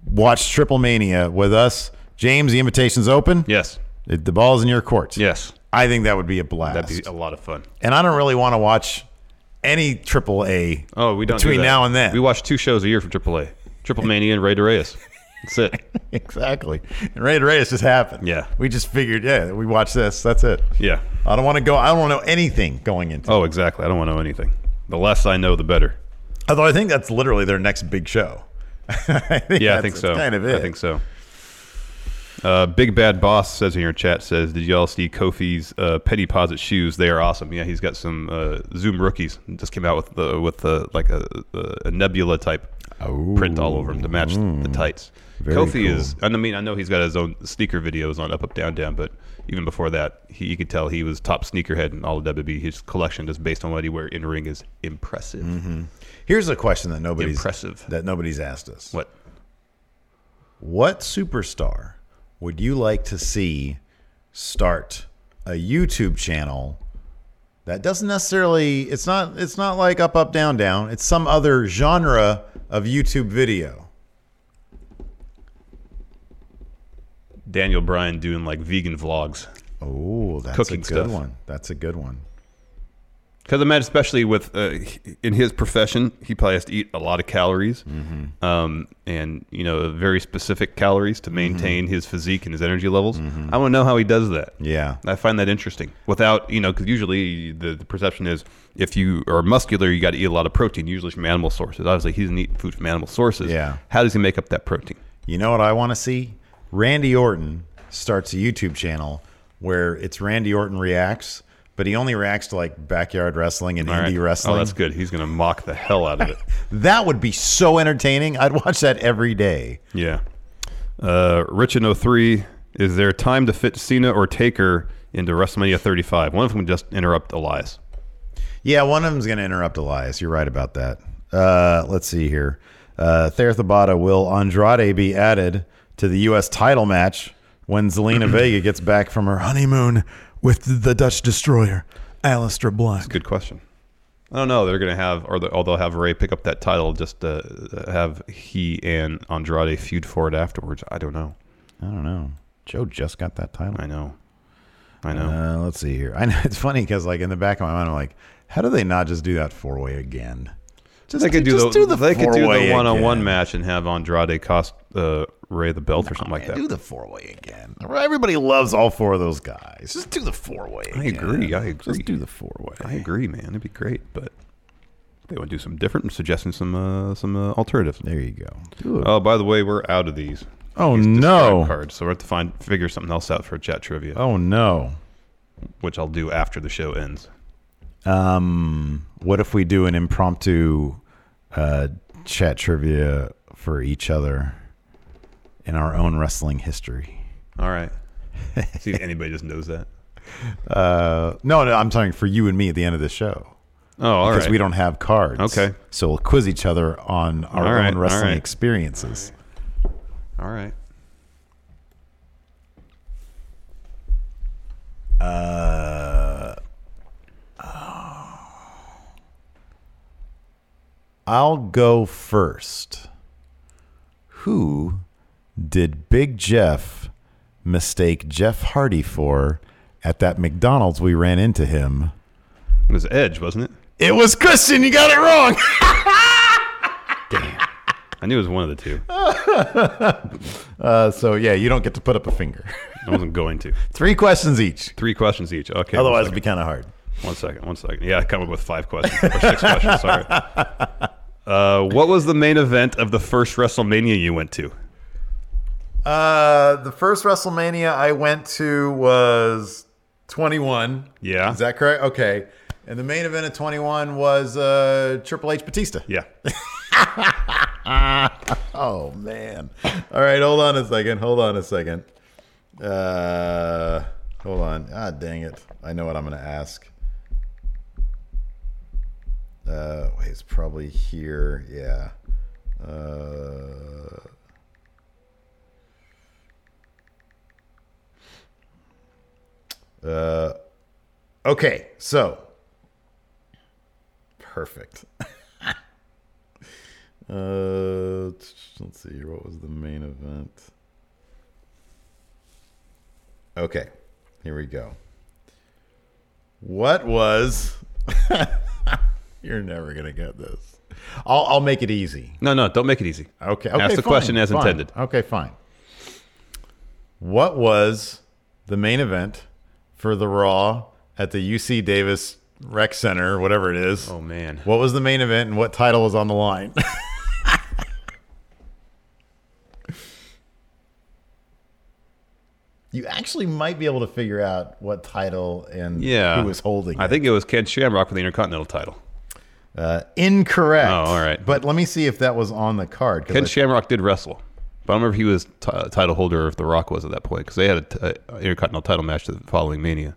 [SPEAKER 1] watch Triple Mania with us. James, the invitation's open.
[SPEAKER 2] Yes.
[SPEAKER 1] the ball's in your court.
[SPEAKER 2] Yes.
[SPEAKER 1] I think that would be a blast.
[SPEAKER 2] That'd be a lot of fun.
[SPEAKER 1] and I don't really want to watch any Triple A.
[SPEAKER 2] Oh, we don't do
[SPEAKER 1] between
[SPEAKER 2] that.
[SPEAKER 1] now and then.
[SPEAKER 2] We watch two shows a year for AAA, Triple Mania and Ray Reyes. That's it.
[SPEAKER 1] exactly. And Ray Reyes just happened.
[SPEAKER 2] Yeah.
[SPEAKER 1] We just figured, yeah, we watch this. That's it.
[SPEAKER 2] Yeah.
[SPEAKER 1] I don't want to go. I don't want to know anything going into.
[SPEAKER 2] Oh, exactly. I don't want to know anything. The less I know, the better.
[SPEAKER 1] Although I think that's literally their next big show.
[SPEAKER 2] yeah, I
[SPEAKER 1] that's-
[SPEAKER 2] think
[SPEAKER 1] that's
[SPEAKER 2] so.
[SPEAKER 1] kind of
[SPEAKER 2] I
[SPEAKER 1] it.
[SPEAKER 2] think so. Uh, Big Bad Boss says in your chat says, "Did y'all see Kofi's uh, Petty Posit shoes? They are awesome. Yeah, he's got some uh, Zoom rookies. Just came out with the with the like a, a, a Nebula type print all over him to match the tights.
[SPEAKER 8] Very
[SPEAKER 2] Kofi
[SPEAKER 8] cool.
[SPEAKER 2] is. I mean, I know he's got his own sneaker videos on Up Up Down Down, but even before that, he, you could tell he was top sneakerhead in all of WB. His collection, just based on what he wear in ring, is impressive.
[SPEAKER 1] Mm-hmm. Here's a question that nobody's
[SPEAKER 2] Impressive.
[SPEAKER 1] that nobody's asked us.
[SPEAKER 2] What?
[SPEAKER 1] What superstar would you like to see start a YouTube channel that doesn't necessarily it's not it's not like up up down down, it's some other genre of YouTube video.
[SPEAKER 2] Daniel Bryan doing like vegan vlogs.
[SPEAKER 1] Oh, that's
[SPEAKER 2] Cooking
[SPEAKER 1] a good
[SPEAKER 2] stuff.
[SPEAKER 1] one. That's a good one.
[SPEAKER 2] Because I mean, especially with uh, in his profession, he probably has to eat a lot of calories,
[SPEAKER 1] Mm-hmm.
[SPEAKER 2] um, and you know, very specific calories to maintain his physique and his energy levels. I want to know how he does that.
[SPEAKER 1] Mm-hmm. Yeah.
[SPEAKER 2] I find that interesting. Without you know, because usually the, the perception is if you are muscular, you got to eat a lot of protein, usually from animal sources. Obviously, he doesn't eat food from animal sources.
[SPEAKER 1] Yeah.
[SPEAKER 2] How does he make up that protein?
[SPEAKER 1] You know what I want to see? Randy Orton starts a YouTube channel where it's Randy Orton reacts, but he only reacts to like backyard wrestling and
[SPEAKER 2] All right.
[SPEAKER 1] indie wrestling.
[SPEAKER 2] Oh, that's good. He's going to mock the hell out of it.
[SPEAKER 1] That would be so entertaining. I'd watch that every day.
[SPEAKER 2] Yeah. Uh, Rich in 03, is there time to fit Cena or Taker into WrestleMania 35? One of them just interrupt Elias.
[SPEAKER 1] Yeah, one of them's going to interrupt Elias. You're right about that. Uh, let's see here. Uh, Therathabata, will Andrade be added to the U.S. title match when Zelina Vega gets back from her honeymoon with the Dutch destroyer, Alistair Black?
[SPEAKER 2] Good question. I don't know. They're going to have, or, the, or they'll have Ray pick up that title just to have he and Andrade feud for it afterwards. I don't know.
[SPEAKER 1] I don't know. Joe just got that title.
[SPEAKER 2] I know. I know.
[SPEAKER 1] Uh, let's see here. I know it's funny because, like, in the back of my mind, I'm like, how do they not just do that four way again? Just
[SPEAKER 2] they could do,
[SPEAKER 1] just
[SPEAKER 2] the, they could do
[SPEAKER 1] four-way
[SPEAKER 2] the one-on-one
[SPEAKER 1] again.
[SPEAKER 2] match and have Andrade cost uh, Ray the belt or something like that.
[SPEAKER 1] Do the four way again. Everybody loves all four of those guys. Just do the four way.
[SPEAKER 2] I agree. I agree.
[SPEAKER 1] Just do the four way.
[SPEAKER 2] I agree, man. It'd be great, but they would do some different. I'm suggesting some uh, some uh, alternatives.
[SPEAKER 1] There you go.
[SPEAKER 2] Oh, by the way, we're out of these
[SPEAKER 1] Oh no!
[SPEAKER 2] cards, so we will have to find figure something else out for chat trivia,
[SPEAKER 1] Oh no!
[SPEAKER 2] which I'll do after the show ends.
[SPEAKER 1] Um, what if we do an impromptu uh, chat trivia for each other in our own wrestling history?
[SPEAKER 2] All right. See if anybody just knows that.
[SPEAKER 1] Uh, no, no, I'm talking for you and me at the end of the show.
[SPEAKER 2] Oh, all
[SPEAKER 1] because
[SPEAKER 2] right.
[SPEAKER 1] we don't have cards.
[SPEAKER 2] Okay.
[SPEAKER 1] so we'll quiz each other on our
[SPEAKER 2] All
[SPEAKER 1] own
[SPEAKER 2] right, all
[SPEAKER 1] wrestling
[SPEAKER 2] right.
[SPEAKER 1] experiences.
[SPEAKER 2] All right.
[SPEAKER 1] Uh, oh. I'll go first. Who did Big Jeff mistake Jeff Hardy for at that McDonald's we ran into him?
[SPEAKER 2] It was Edge, wasn't it?
[SPEAKER 1] It was Christian. You got it wrong.
[SPEAKER 2] I knew it was one of the two.
[SPEAKER 1] Uh, so yeah, you don't get to put up a finger.
[SPEAKER 2] I wasn't going to.
[SPEAKER 1] Three questions each.
[SPEAKER 2] Three questions each. Okay. one
[SPEAKER 1] Otherwise, it'd
[SPEAKER 2] second.
[SPEAKER 1] be kind of hard.
[SPEAKER 2] One second. One second. Yeah, I come up with five questions or six questions. Sorry. Uh, what was the main event of the first WrestleMania you went to?
[SPEAKER 1] Uh, the first WrestleMania I went to was 21.
[SPEAKER 2] Yeah.
[SPEAKER 1] Is that correct? Okay. And the main event of 21 was uh, Triple H Batista.
[SPEAKER 2] Yeah.
[SPEAKER 1] oh, man. All right. Hold on a second. Hold on a second. Uh, hold on. Ah, dang it. I know what I'm going to ask. Uh, wait, it's probably here. Yeah. Uh, Uh, okay, so perfect. uh, let's see. here, What was the main event? Okay, here we go. What was? You're never gonna get this. I'll I'll make it easy.
[SPEAKER 2] No, no, don't make it easy.
[SPEAKER 1] Okay. okay
[SPEAKER 2] Ask the
[SPEAKER 1] fine,
[SPEAKER 2] question as
[SPEAKER 1] fine.
[SPEAKER 2] intended.
[SPEAKER 1] Okay, fine. What was the main event for the Raw at the UC Davis Rec Center, whatever it is? Oh
[SPEAKER 2] man.
[SPEAKER 1] What was the main event and what title was on the line? you actually might be able to figure out what title and
[SPEAKER 2] Yeah.
[SPEAKER 1] who was holding.
[SPEAKER 2] I think it was Ken Shamrock for the Intercontinental title.
[SPEAKER 1] Uh, incorrect.
[SPEAKER 2] Oh, all right.
[SPEAKER 1] But let me see if that was on the card. 'cause
[SPEAKER 2] Ken
[SPEAKER 1] I-
[SPEAKER 2] Shamrock did wrestle. But I don't remember if he was t- uh, title holder or if The Rock was at that point because they had a t- a Intercontinental title match the following Mania.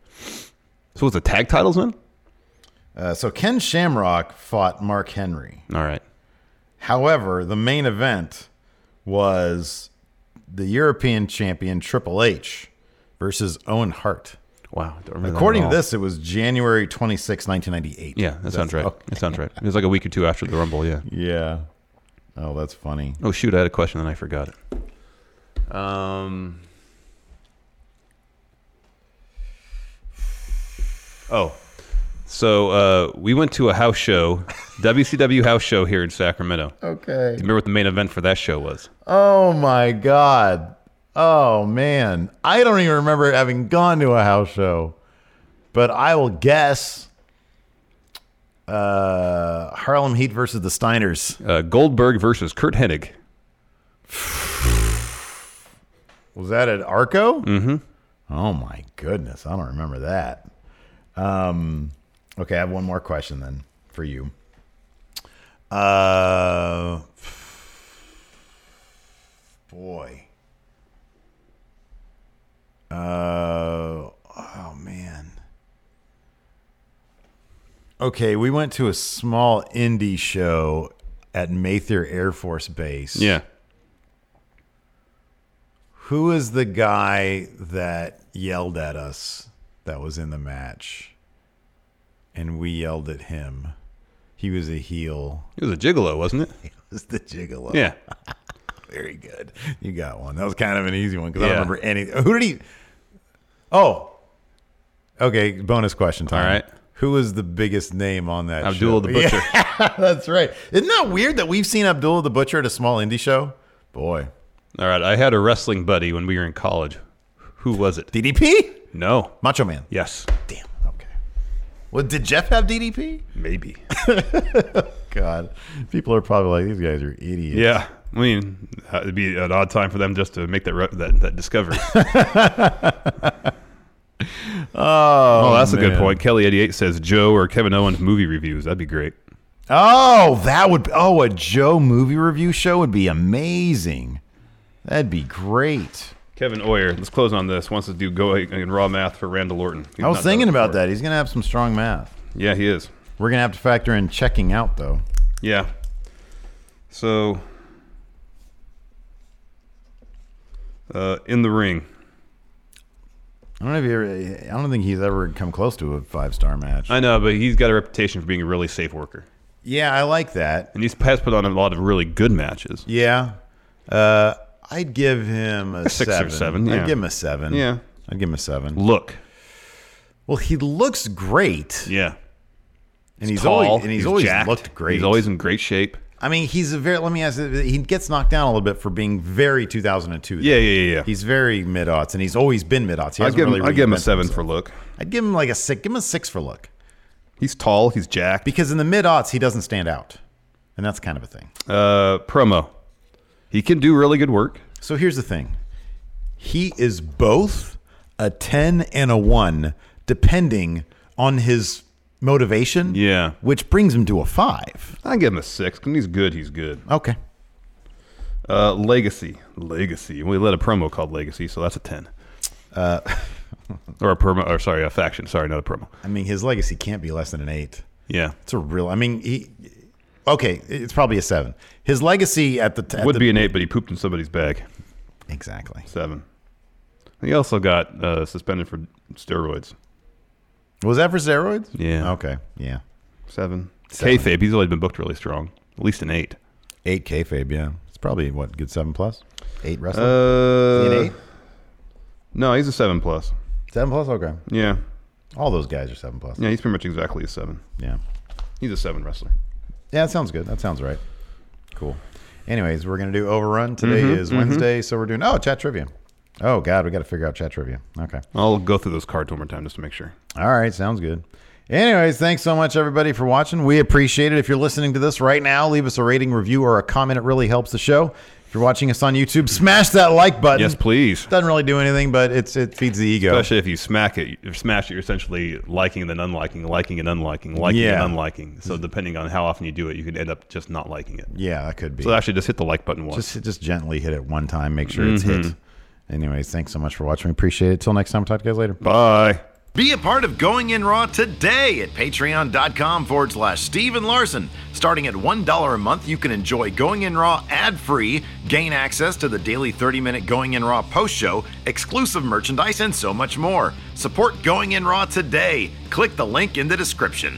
[SPEAKER 2] So was the tag titles then?
[SPEAKER 1] Uh, so Ken Shamrock fought Mark Henry.
[SPEAKER 2] All right.
[SPEAKER 1] However, the main event was the European champion Triple H versus Owen Hart.
[SPEAKER 2] Wow. don't remember that
[SPEAKER 1] According
[SPEAKER 2] at
[SPEAKER 1] to
[SPEAKER 2] all.
[SPEAKER 1] this, it was January 26, 1998.
[SPEAKER 2] Yeah, that sounds
[SPEAKER 1] That's-
[SPEAKER 2] right.
[SPEAKER 1] okay.
[SPEAKER 2] That sounds right. It was like a week or two after the Rumble. Yeah.
[SPEAKER 1] Yeah. Oh, that's funny.
[SPEAKER 2] Oh shoot, I had a question and I forgot it. Um. Oh, so uh, we went to a house show, WCW house show here in Sacramento.
[SPEAKER 1] Okay.
[SPEAKER 2] Remember what the main event for that show was?
[SPEAKER 1] Oh my god. Oh man. I don't even remember having gone to a house show. But I will guess uh Harlem Heat versus the Steiners.
[SPEAKER 2] Uh, Goldberg versus Kurt Hennig.
[SPEAKER 1] Was that at Arco? Mm-hmm. Oh my goodness. I don't remember that. Um okay, I have one more question then for you. Uh boy. Uh oh man. Okay, we went to a small indie show at Mather Air Force Base.
[SPEAKER 2] Yeah.
[SPEAKER 1] Who is the guy that yelled at us that was in the match? And we yelled at him. He was a heel.
[SPEAKER 2] It was a gigolo, wasn't it?
[SPEAKER 1] It was the gigolo.
[SPEAKER 2] Yeah.
[SPEAKER 1] Very good. You got one. That was kind of an easy one because I
[SPEAKER 2] Yeah.
[SPEAKER 1] don't remember any. Who did he? Oh. Okay. Bonus question time. All right. Who was the biggest name on that? show?
[SPEAKER 2] Abdullah the Butcher.
[SPEAKER 1] Yeah, that's right. Isn't that weird that we've seen Abdullah the Butcher at a small indie show? Boy.
[SPEAKER 2] All right, I had a wrestling buddy when we were in college. Who was it?
[SPEAKER 1] DDP?
[SPEAKER 2] No.
[SPEAKER 1] Macho Man.
[SPEAKER 2] Yes.
[SPEAKER 1] Well, did Jeff have DDP?
[SPEAKER 2] Maybe.
[SPEAKER 1] God, people are probably like these guys are idiots.
[SPEAKER 2] Yeah, I mean, uh, it'd be an odd time for them just to make that re- that, that discovery.
[SPEAKER 1] Oh,
[SPEAKER 2] oh, that's a good
[SPEAKER 1] man.
[SPEAKER 2] point. Kelly eighty eight says Joe or Kevin Owens movie reviews. That'd be great.
[SPEAKER 1] Oh, that would. Oh, a Joe movie review show would be amazing. That'd be great.
[SPEAKER 2] Kevin Oyer, let's close on this. Wants to do go and raw math for Randall Orton. He's
[SPEAKER 1] I was
[SPEAKER 2] not done.
[SPEAKER 1] thinking about that. He's gonna have some strong math.
[SPEAKER 2] Yeah, he is.
[SPEAKER 1] We're gonna have to factor in checking out though.
[SPEAKER 2] Yeah. So, uh, in the ring,
[SPEAKER 1] I don't know if he ever, I don't think he's ever come close to a five star match.
[SPEAKER 2] I know, but he's got a reputation for being a really safe worker,
[SPEAKER 1] Yeah, I like that.
[SPEAKER 2] and he's has put on a lot of really good matches.
[SPEAKER 1] Yeah. Uh, I'd give him a
[SPEAKER 2] Six
[SPEAKER 1] seven.
[SPEAKER 2] or seven, yeah.
[SPEAKER 1] I'd give him a seven.
[SPEAKER 2] Yeah.
[SPEAKER 1] I'd give him a seven.
[SPEAKER 2] Look.
[SPEAKER 1] Well, he looks great.
[SPEAKER 2] Yeah.
[SPEAKER 1] And he's, always
[SPEAKER 2] tall,
[SPEAKER 1] and he's,
[SPEAKER 2] he's
[SPEAKER 1] always
[SPEAKER 2] jacked,
[SPEAKER 1] looked great.
[SPEAKER 2] he's always in great shape.
[SPEAKER 1] I mean, he's a very. Let me ask. you, He gets knocked down a little bit for being very 2002.
[SPEAKER 2] Yeah, yeah, yeah, yeah.
[SPEAKER 1] He's very mid aughts, and he's always been mid aughts.
[SPEAKER 2] I'd give him- I'd give him a seven for look.
[SPEAKER 1] I'd give him like a six. Give him a six for look.
[SPEAKER 2] He's tall. He's jacked.
[SPEAKER 1] Because in the mid aughts, he doesn't stand out. And that's kind of a thing.
[SPEAKER 2] Uh, promo. He can do really good work.
[SPEAKER 1] So here's the thing he is both a 10 and a 1, depending on his motivation.
[SPEAKER 2] Yeah.
[SPEAKER 1] Which brings him to a 5.
[SPEAKER 2] I give him a 6. When he's good, he's good.
[SPEAKER 1] Okay.
[SPEAKER 2] Uh, Legacy. Legacy. We led a promo called Legacy, so that's a 10.
[SPEAKER 1] Uh,
[SPEAKER 2] or a promo, or sorry, a faction. Sorry, not a promo.
[SPEAKER 1] I mean, his legacy can't be less than an 8.
[SPEAKER 2] Yeah.
[SPEAKER 1] It's a real, I mean, he, okay, it's probably a 7. His legacy at the t- at
[SPEAKER 2] Would
[SPEAKER 1] the-
[SPEAKER 2] be an 8, but he pooped in somebody's bag.
[SPEAKER 1] Exactly.
[SPEAKER 2] 7. He also got uh, suspended for steroids.
[SPEAKER 1] Was that for steroids?
[SPEAKER 2] Yeah.
[SPEAKER 1] Okay. Yeah.
[SPEAKER 2] Seven.
[SPEAKER 1] Seven.
[SPEAKER 2] Kayfabe. He's always been booked really strong. At least an eight.
[SPEAKER 1] Eight kayfabe. Yeah. It's probably what good seven plus. Eight wrestling.
[SPEAKER 2] Uh,
[SPEAKER 1] Is he an eight?
[SPEAKER 2] No, he's a seven plus.
[SPEAKER 1] Seven plus. Okay.
[SPEAKER 2] Yeah.
[SPEAKER 1] All those guys are seven plus.
[SPEAKER 2] Yeah, he's pretty much exactly a seven.
[SPEAKER 1] Yeah.
[SPEAKER 2] He's a seven wrestler.
[SPEAKER 1] Yeah, that sounds good. That sounds right. Cool. Anyways, we're gonna do overrun. Today
[SPEAKER 2] Mhm,
[SPEAKER 1] is
[SPEAKER 2] mhm.
[SPEAKER 1] Wednesday, so we're doing oh chat trivia. Oh God, we got to figure out chat trivia. Okay.
[SPEAKER 2] I'll go through those cards one more time just to make sure.
[SPEAKER 1] All right, sounds good. Anyways, thanks so much everybody for watching. We appreciate it. If you're listening to this right now, leave us a rating, review, or a comment. It really helps the show. If you're watching us on YouTube, smash that like button.
[SPEAKER 2] Yes, please.
[SPEAKER 1] Doesn't really do anything, but it's it feeds the ego.
[SPEAKER 2] Especially if you smack it, if you smash it, you're essentially liking and then unliking, liking and unliking, liking
[SPEAKER 1] Yeah. Mm-hmm.
[SPEAKER 2] and unliking. So depending on how often you do it, you could end up just not liking it.
[SPEAKER 1] Yeah, that could be.
[SPEAKER 2] So actually, just hit the like button once.
[SPEAKER 1] Just just gently hit it one time. Make sure it's hit.
[SPEAKER 2] Mhm.
[SPEAKER 1] Anyways, thanks so much for watching. We appreciate it. Till next time, talk to you guys later.
[SPEAKER 2] Bye.
[SPEAKER 8] Be a part of Going In Raw today at patreon.com forward slash Steven Larson. Starting at $1 a month, you can enjoy Going In Raw ad free, gain access to the daily 30 minute Going In Raw post show, exclusive merchandise, and so much more. Support Going In Raw today. Click the link in the description.